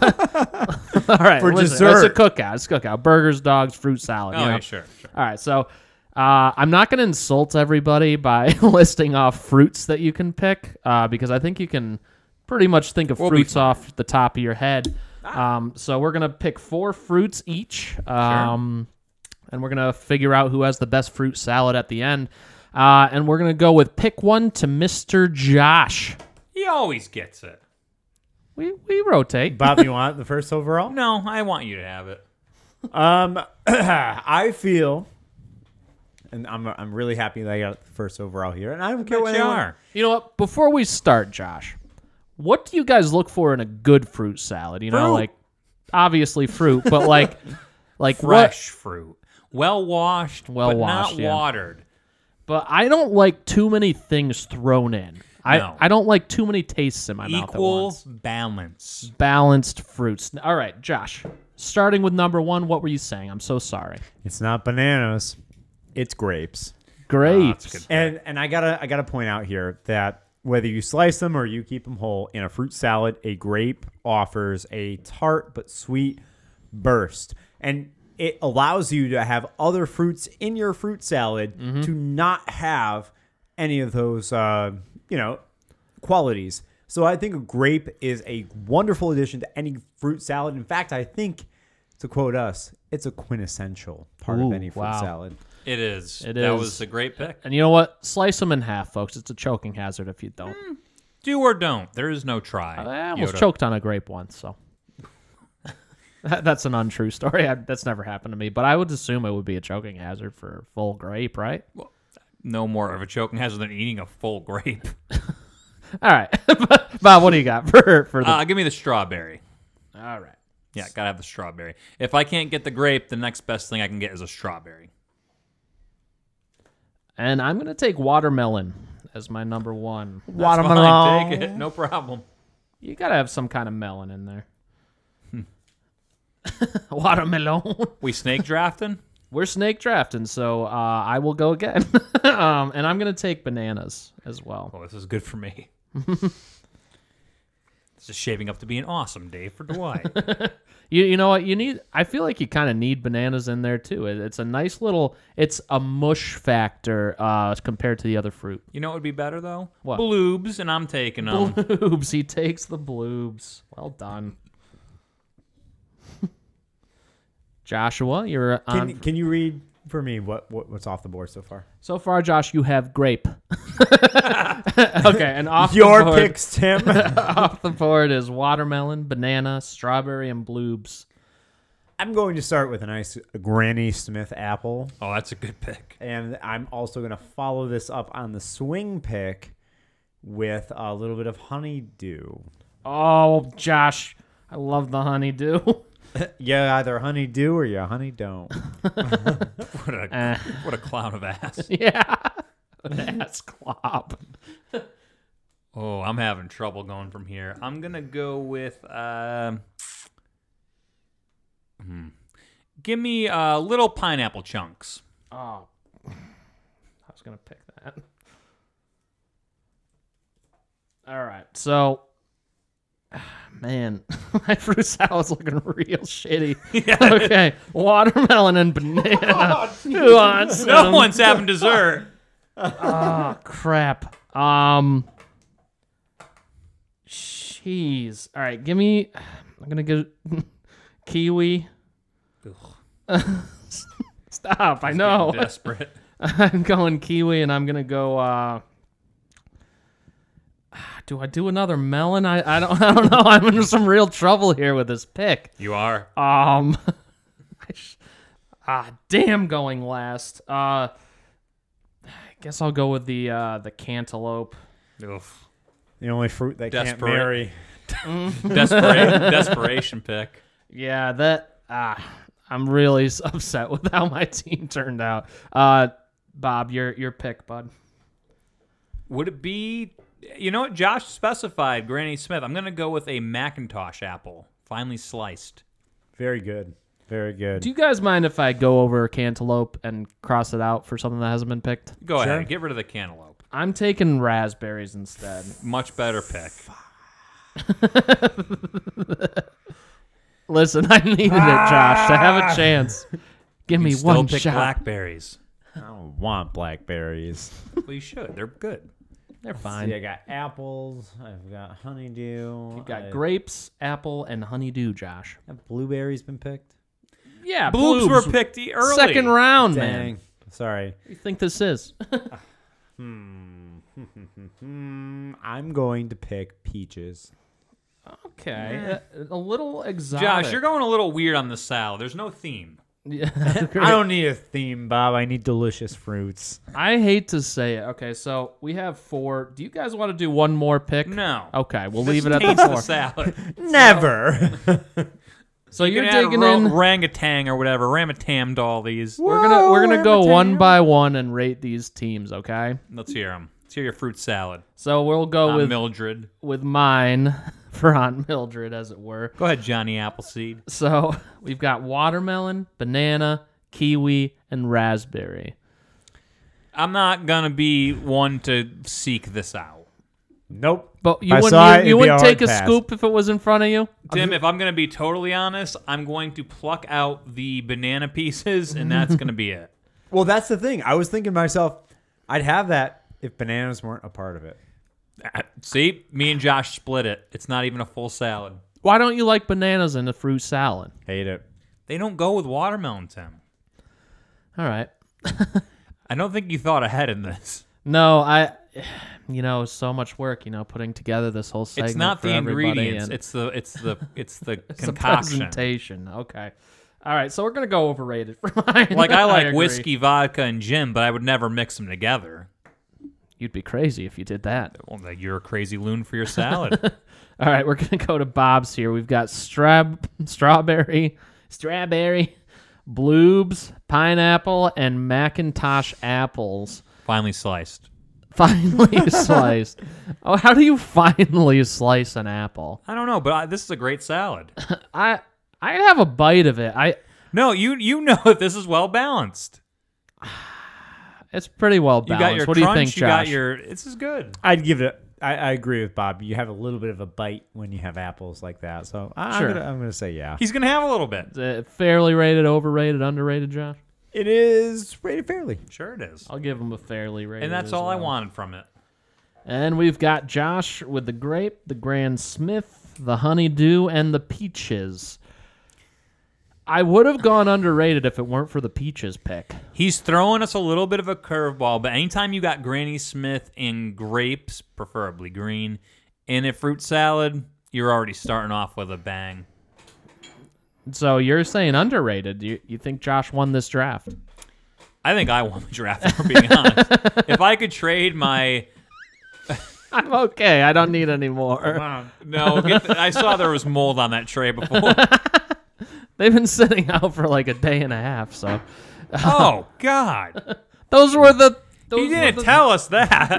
All right, For listen, dessert. It's a cookout. It's a cookout. Burgers, dogs, fruit salad. Oh you know? yeah, sure, sure. All right, so uh, I'm not going to insult everybody by listing off fruits that you can pick uh, because I think you can pretty much think of be fruits off the top of your head. Um, so we're going to pick four fruits each, um, and we're going to figure out who has the best fruit salad at the end. Uh, and we're going to go with pick one to Mr. Josh. He always gets it. We, we rotate. Bob, you want the first overall? No, I want you to have it. Um, I feel, and I'm I'm really happy that I got the first overall here, and I don't care But what you anyone- are. You know what? Before we start, Josh, what do you guys look for in a good fruit salad? You know, Fruit. like obviously fruit, but like like what? Fresh fruit, well washed, well Well but washed, not yeah. watered. But I don't like too many things thrown in. I, No. I don't like too many tastes in my mouth at Equal once. balance. Balanced fruits. All right, Josh. Starting with number one, what were you saying? I'm so sorry. Ah, It's not bananas. It's grapes. Grapes. And and I gotta I gotta point out here that whether you slice them or you keep them whole in a fruit salad, a grape offers a tart but sweet burst, and it allows you to have other fruits in your fruit salad to not have any of those uh, you know qualities. So I think a grape is a wonderful addition to any fruit salad. In fact, I think to quote us, it's a quintessential part Ooh, of any fruit wow. salad. It is. It that is. was a great pick. And you know what? Slice them in half, folks. It's a choking hazard if you don't. Do or don't. There is no try. I almost Yoda. Eh, choked on a grape once, so. That- That's an untrue story. I, that's never happened to me, but I would assume it would be a choking hazard for a full grape, right? No more of a choking hazard than eating a full grape. All right, Bob, what do you got for for the? Uh, give me the strawberry. Uh, all right, Yeah, gotta have the strawberry. If I can't get the grape, the next best thing I can get is a strawberry. and I'm gonna take watermelon as my number one. That's fine, Watermelon. Take it. No problem. You gotta have some kind of melon in there. watermelon. We snake drafting? We're snake drafting, so uh, I will go again, um, and I'm gonna take bananas as well. Oh, this is good for me. this is shaving up to be an awesome day for Dwight. You you know what you need? I feel like you kind of need bananas in there too. It, it's a nice little. It's a mush factor uh, compared to the other fruit. you know what would be better though? What? Bloobs, and I'm taking them. Bloobs. He takes the bloobs. Well done. Joshua, you're on. Can, can you read for me what, what what's off the board so far? so far, Josh, you have grape. okay, and off Your the board, picks, Tim. off the board is watermelon, banana, strawberry, and bloobs. I'm going to start with a nice Granny Smith apple, Oh, that's a good pick. and I'm also going to follow this up on the swing pick with a little bit of honeydew. Oh, Josh, I love the honeydew. Yeah, either honeydew or you honey don't. What a what a clown of ass. yeah, that's clop. Oh, I'm having trouble going from here. I'm gonna go with um. hmm. Give me uh, little pineapple chunks. Oh, I was gonna pick that. All right, so man, my fruit salad's looking real shitty. Okay, watermelon and banana. Who wants No them? one's having dessert. Oh crap. Um. Jeez. All right, give me. I'm gonna get kiwi. Stop! I know. Desperate. I'm going kiwi, and I'm gonna go. uh ah, Do I do another melon? I, I don't I don't know. I'm in some real trouble here with this pick. You are. Um, I sh- ah, damn, going last. Uh, I guess I'll go with the uh the cantaloupe. Oof. The only fruit that Desperate. can't marry. Desperate, desperation pick. Yeah, that ah, I'm really s- upset with how my team turned out. Uh, Bob, your your pick, bud. Would it be? You know what? Josh specified Granny Smith. I'm gonna go with a Macintosh apple, finely sliced. Very good. Very good. Do you guys mind if I go over cantaloupe and cross it out for something that hasn't been picked? Go ahead. Get rid of the cantaloupe. I'm taking raspberries instead. Much better pick. Listen, I needed it, Josh, to have a chance. Give me Still one pick shot. blackberries. I don't want blackberries. Well, you should. They're good. They're See, I fine. got apples. I've got honeydew. You've Got grapes, apple, and honeydew, Josh. Blueberries been picked. Yeah, Bloobs were picked early. Second round, man. Dang. Sorry. What do you think this is? Hmm, I'm going to pick peaches. okay, a, a little exotic. Josh, you're going a little weird on the salad. There's no theme. I don't need a theme, Bob. I need delicious fruits. I hate to say it. Okay, so we have four. Do you guys want to do one more pick? No. Okay, we'll This leave it at taints the the four. salad. Never. So you're Gonna add digging ro- in. orangutan or whatever. Ramatam to all these. We're gonna we're gonna go one by one and rate these teams. Okay. Let's hear them. Let's hear your fruit salad. So we'll go Aunt with Mildred. with mine for Aunt Mildred, as it were. Go ahead, Johnny Appleseed. So we've got watermelon, banana, kiwi, and raspberry. I'm not gonna be one to seek this out. Nope. But you I wouldn't saw it, you- it'd you, be a wouldn't hard take a pass. scoop if it was in front of you. Tim, if I'm gonna be totally honest, I'm going to pluck out the banana pieces, and that's gonna be it. Well, that's the thing. I was thinking to myself, I'd have that if bananas weren't a part of it. Ah, See, me and Josh split it. It's not even a full salad. Why don't you like bananas in a fruit salad? Hate it. They don't go with watermelon, Tim. All right. I don't think you thought ahead in this. No, I. You know, so much work. You know, putting together this whole segment. It's not for the everybody ingredients. and- It's the it's the it's the It's a concoction. presentation. Okay. All right. So we're gonna go overrated for mine. Like I like agree. whiskey, vodka, and gin, but I would never mix them together. You'd be crazy if you did that. Well, like, you're a crazy loon for your salad. All right, we're gonna go to Bob's here. We've got strab, strawberry, strawberry, bloobs, pineapple, and Macintosh apples. Finely sliced. Finely sliced. Oh, how do you finally slice an apple? I don't know, but I, this is a great salad. I I'd have a bite of it. I No, you you know that this is well balanced. it's pretty well You balanced. got your what do crunch. you think, Josh? you got your. This is good. I'd give it. A, I, I agree with Bob. You have a little bit of a bite when you have apples like that. So I, Sure. I'm gonna I'm gonna say yeah. He's gonna have a little bit. Is it fairly rated, overrated, underrated, Josh? It is rated fairly. Sure, it is. I'll give him a fairly rated. And that's as all I well. wanted from it. And we've got Josh with the grape, the Grand Smith, the honeydew, and the peaches. I would have gone underrated if it weren't for the peaches pick. He's throwing us a little bit of a curveball, but anytime you got Granny Smith and grapes, preferably green, in a fruit salad, you're already starting off with a bang. So you're saying underrated. You, you think Josh won this draft? I think I won the draft, if we're being honest. If I could trade my. I'm okay. I don't need any more. No, get the- I saw there was mold on that tray before. They've been sitting out for like a day and a half. So Oh, God. those were the. Those You were didn't the- tell us that.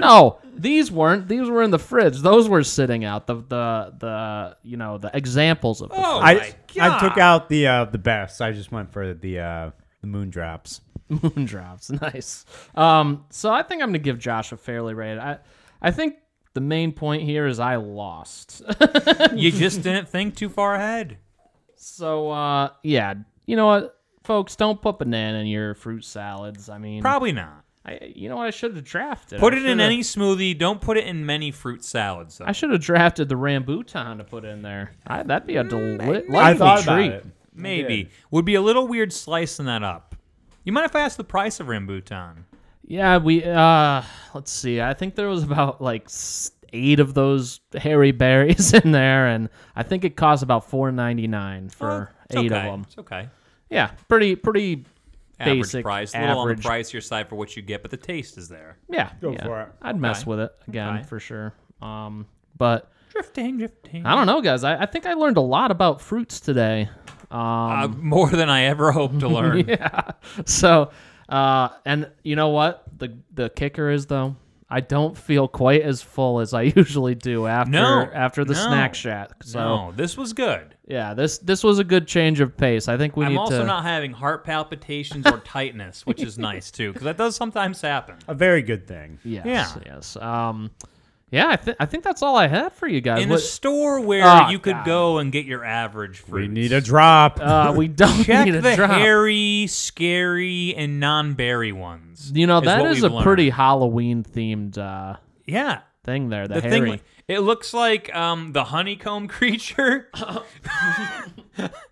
No, these weren't. These were in the fridge. Those were sitting out. The the the you know the examples of. The Oh, I my God. I took out the uh, the best. I just went for the uh, the moon drops. moon drops. Nice. Um, so I think I'm gonna give Josh a fairly rated. I, I think the main point here is I lost. You just didn't think too far ahead. so uh, yeah, you know what, folks, don't put banana in your fruit salads. I mean, Probably not. I, you know what, I should have drafted. Put I it in shoulda- any smoothie. Don't put it in many fruit salads, though. I should have drafted the rambutan to put in there. I, that'd be a deli- I lovely thought about treat. it. Maybe. Would be a little weird slicing that up. You mind if I ask the price of Rambutan? Yeah, we uh let's see. I think there was about like s- 8 of those hairy berries in there and I think it cost about 4.99 for It's 8 okay. of them. It's okay. Yeah, pretty pretty Average basic price. A little on the average. pricier side for what you get, but the taste is there. Yeah. Go yeah. for it. I'd mess Okay. with it again Okay. for sure. Um but Drifting, drifting. I don't know guys. I, I think I learned a lot about fruits today. Um Uh, more than I ever hoped to learn. yeah. So, uh, and you know what? The the kicker is though, I don't feel quite as full as I usually do after No, after the no, snack shack. So No, this was good. yeah, this this was a good change of pace. I think we I'm need also to. not having heart palpitations or tightness, which is nice too, because that does sometimes happen. A very good thing. yes, yeah. yes. Um, yeah. I think I think that's all I had for you guys. In a What- store where Oh, you could God. go and get your average fruit. We need a drop. uh, we don't check need a the drop. hairy, scary, and non-berry ones. you know that what is we've a learned. pretty Halloween themed uh, yeah. thing there. The, The hairy. thing it looks like um, the honeycomb creature.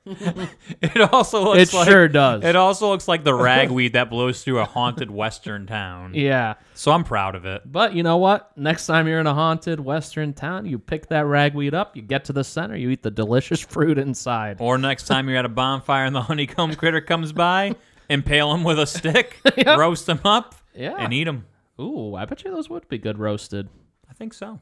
it also looks it like sure does. it also looks like the ragweed that blows through a haunted western town. yeah. So I'm proud of it. But you know what? Next time you're in a haunted western town, you pick that ragweed up, you get to the center, you eat the delicious fruit inside. Or next time you're at a bonfire and the honeycomb critter comes by, impale him with a stick, roast him up, Yeah. and eat him. Ooh, I bet you those would be good roasted. I think so.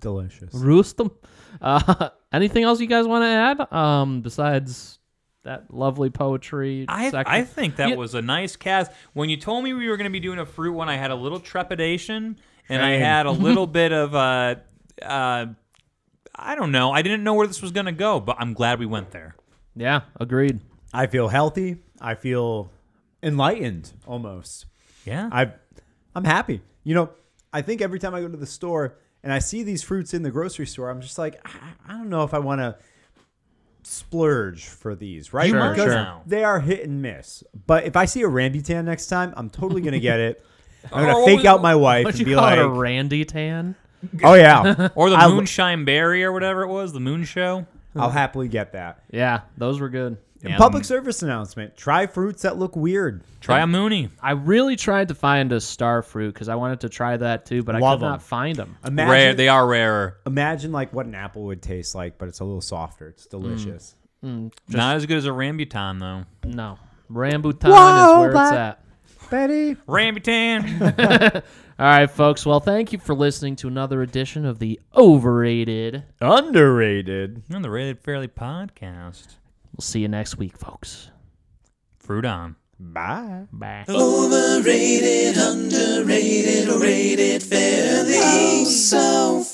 Delicious. Roast them. Uh, anything else you guys want to add um, besides that lovely poetry I, section? I think that You- was a nice cast. When you told me we were going to be doing a fruit one, I had a little trepidation, and I had a little bit of uh, uh, I don't know. I didn't know where this was gonna go, but I'm glad we went there. Yeah, agreed. I feel healthy. I feel enlightened almost. Yeah, I I'm happy. You know, I think every time I go to the store and I see these fruits in the grocery store, I'm just like, I, I don't know if I want to splurge for these, right? Sure, because sure. they are hit and miss. But if I see a rambutan next time, I'm totally gonna get it. I'm gonna Oh, fake out my wife What and you be call like, it a Randy tan? "Oh yeah, or the I- moonshine berry or whatever it was, the moon show. I'll happily get that." Yeah, those were good. Yeah. Public service announcement: Try fruits that look weird. Try a Mooney. I really tried to find a star fruit because I wanted to try that too, but I Love could 'em. not find them. Imagine, Rare. They are rarer. imagine like what an apple would taste like, but it's a little softer. It's delicious. Not as good as a rambutan though. No, rambutan Whoa, is where it's but- at. Betty, Rambutan. All right, folks. Well, thank you for listening to another edition of the Overrated. underrated. on the Rated Fairly podcast. We'll see you next week, folks. Fruit on. Bye. Bye. Overrated, underrated, rated fairly. so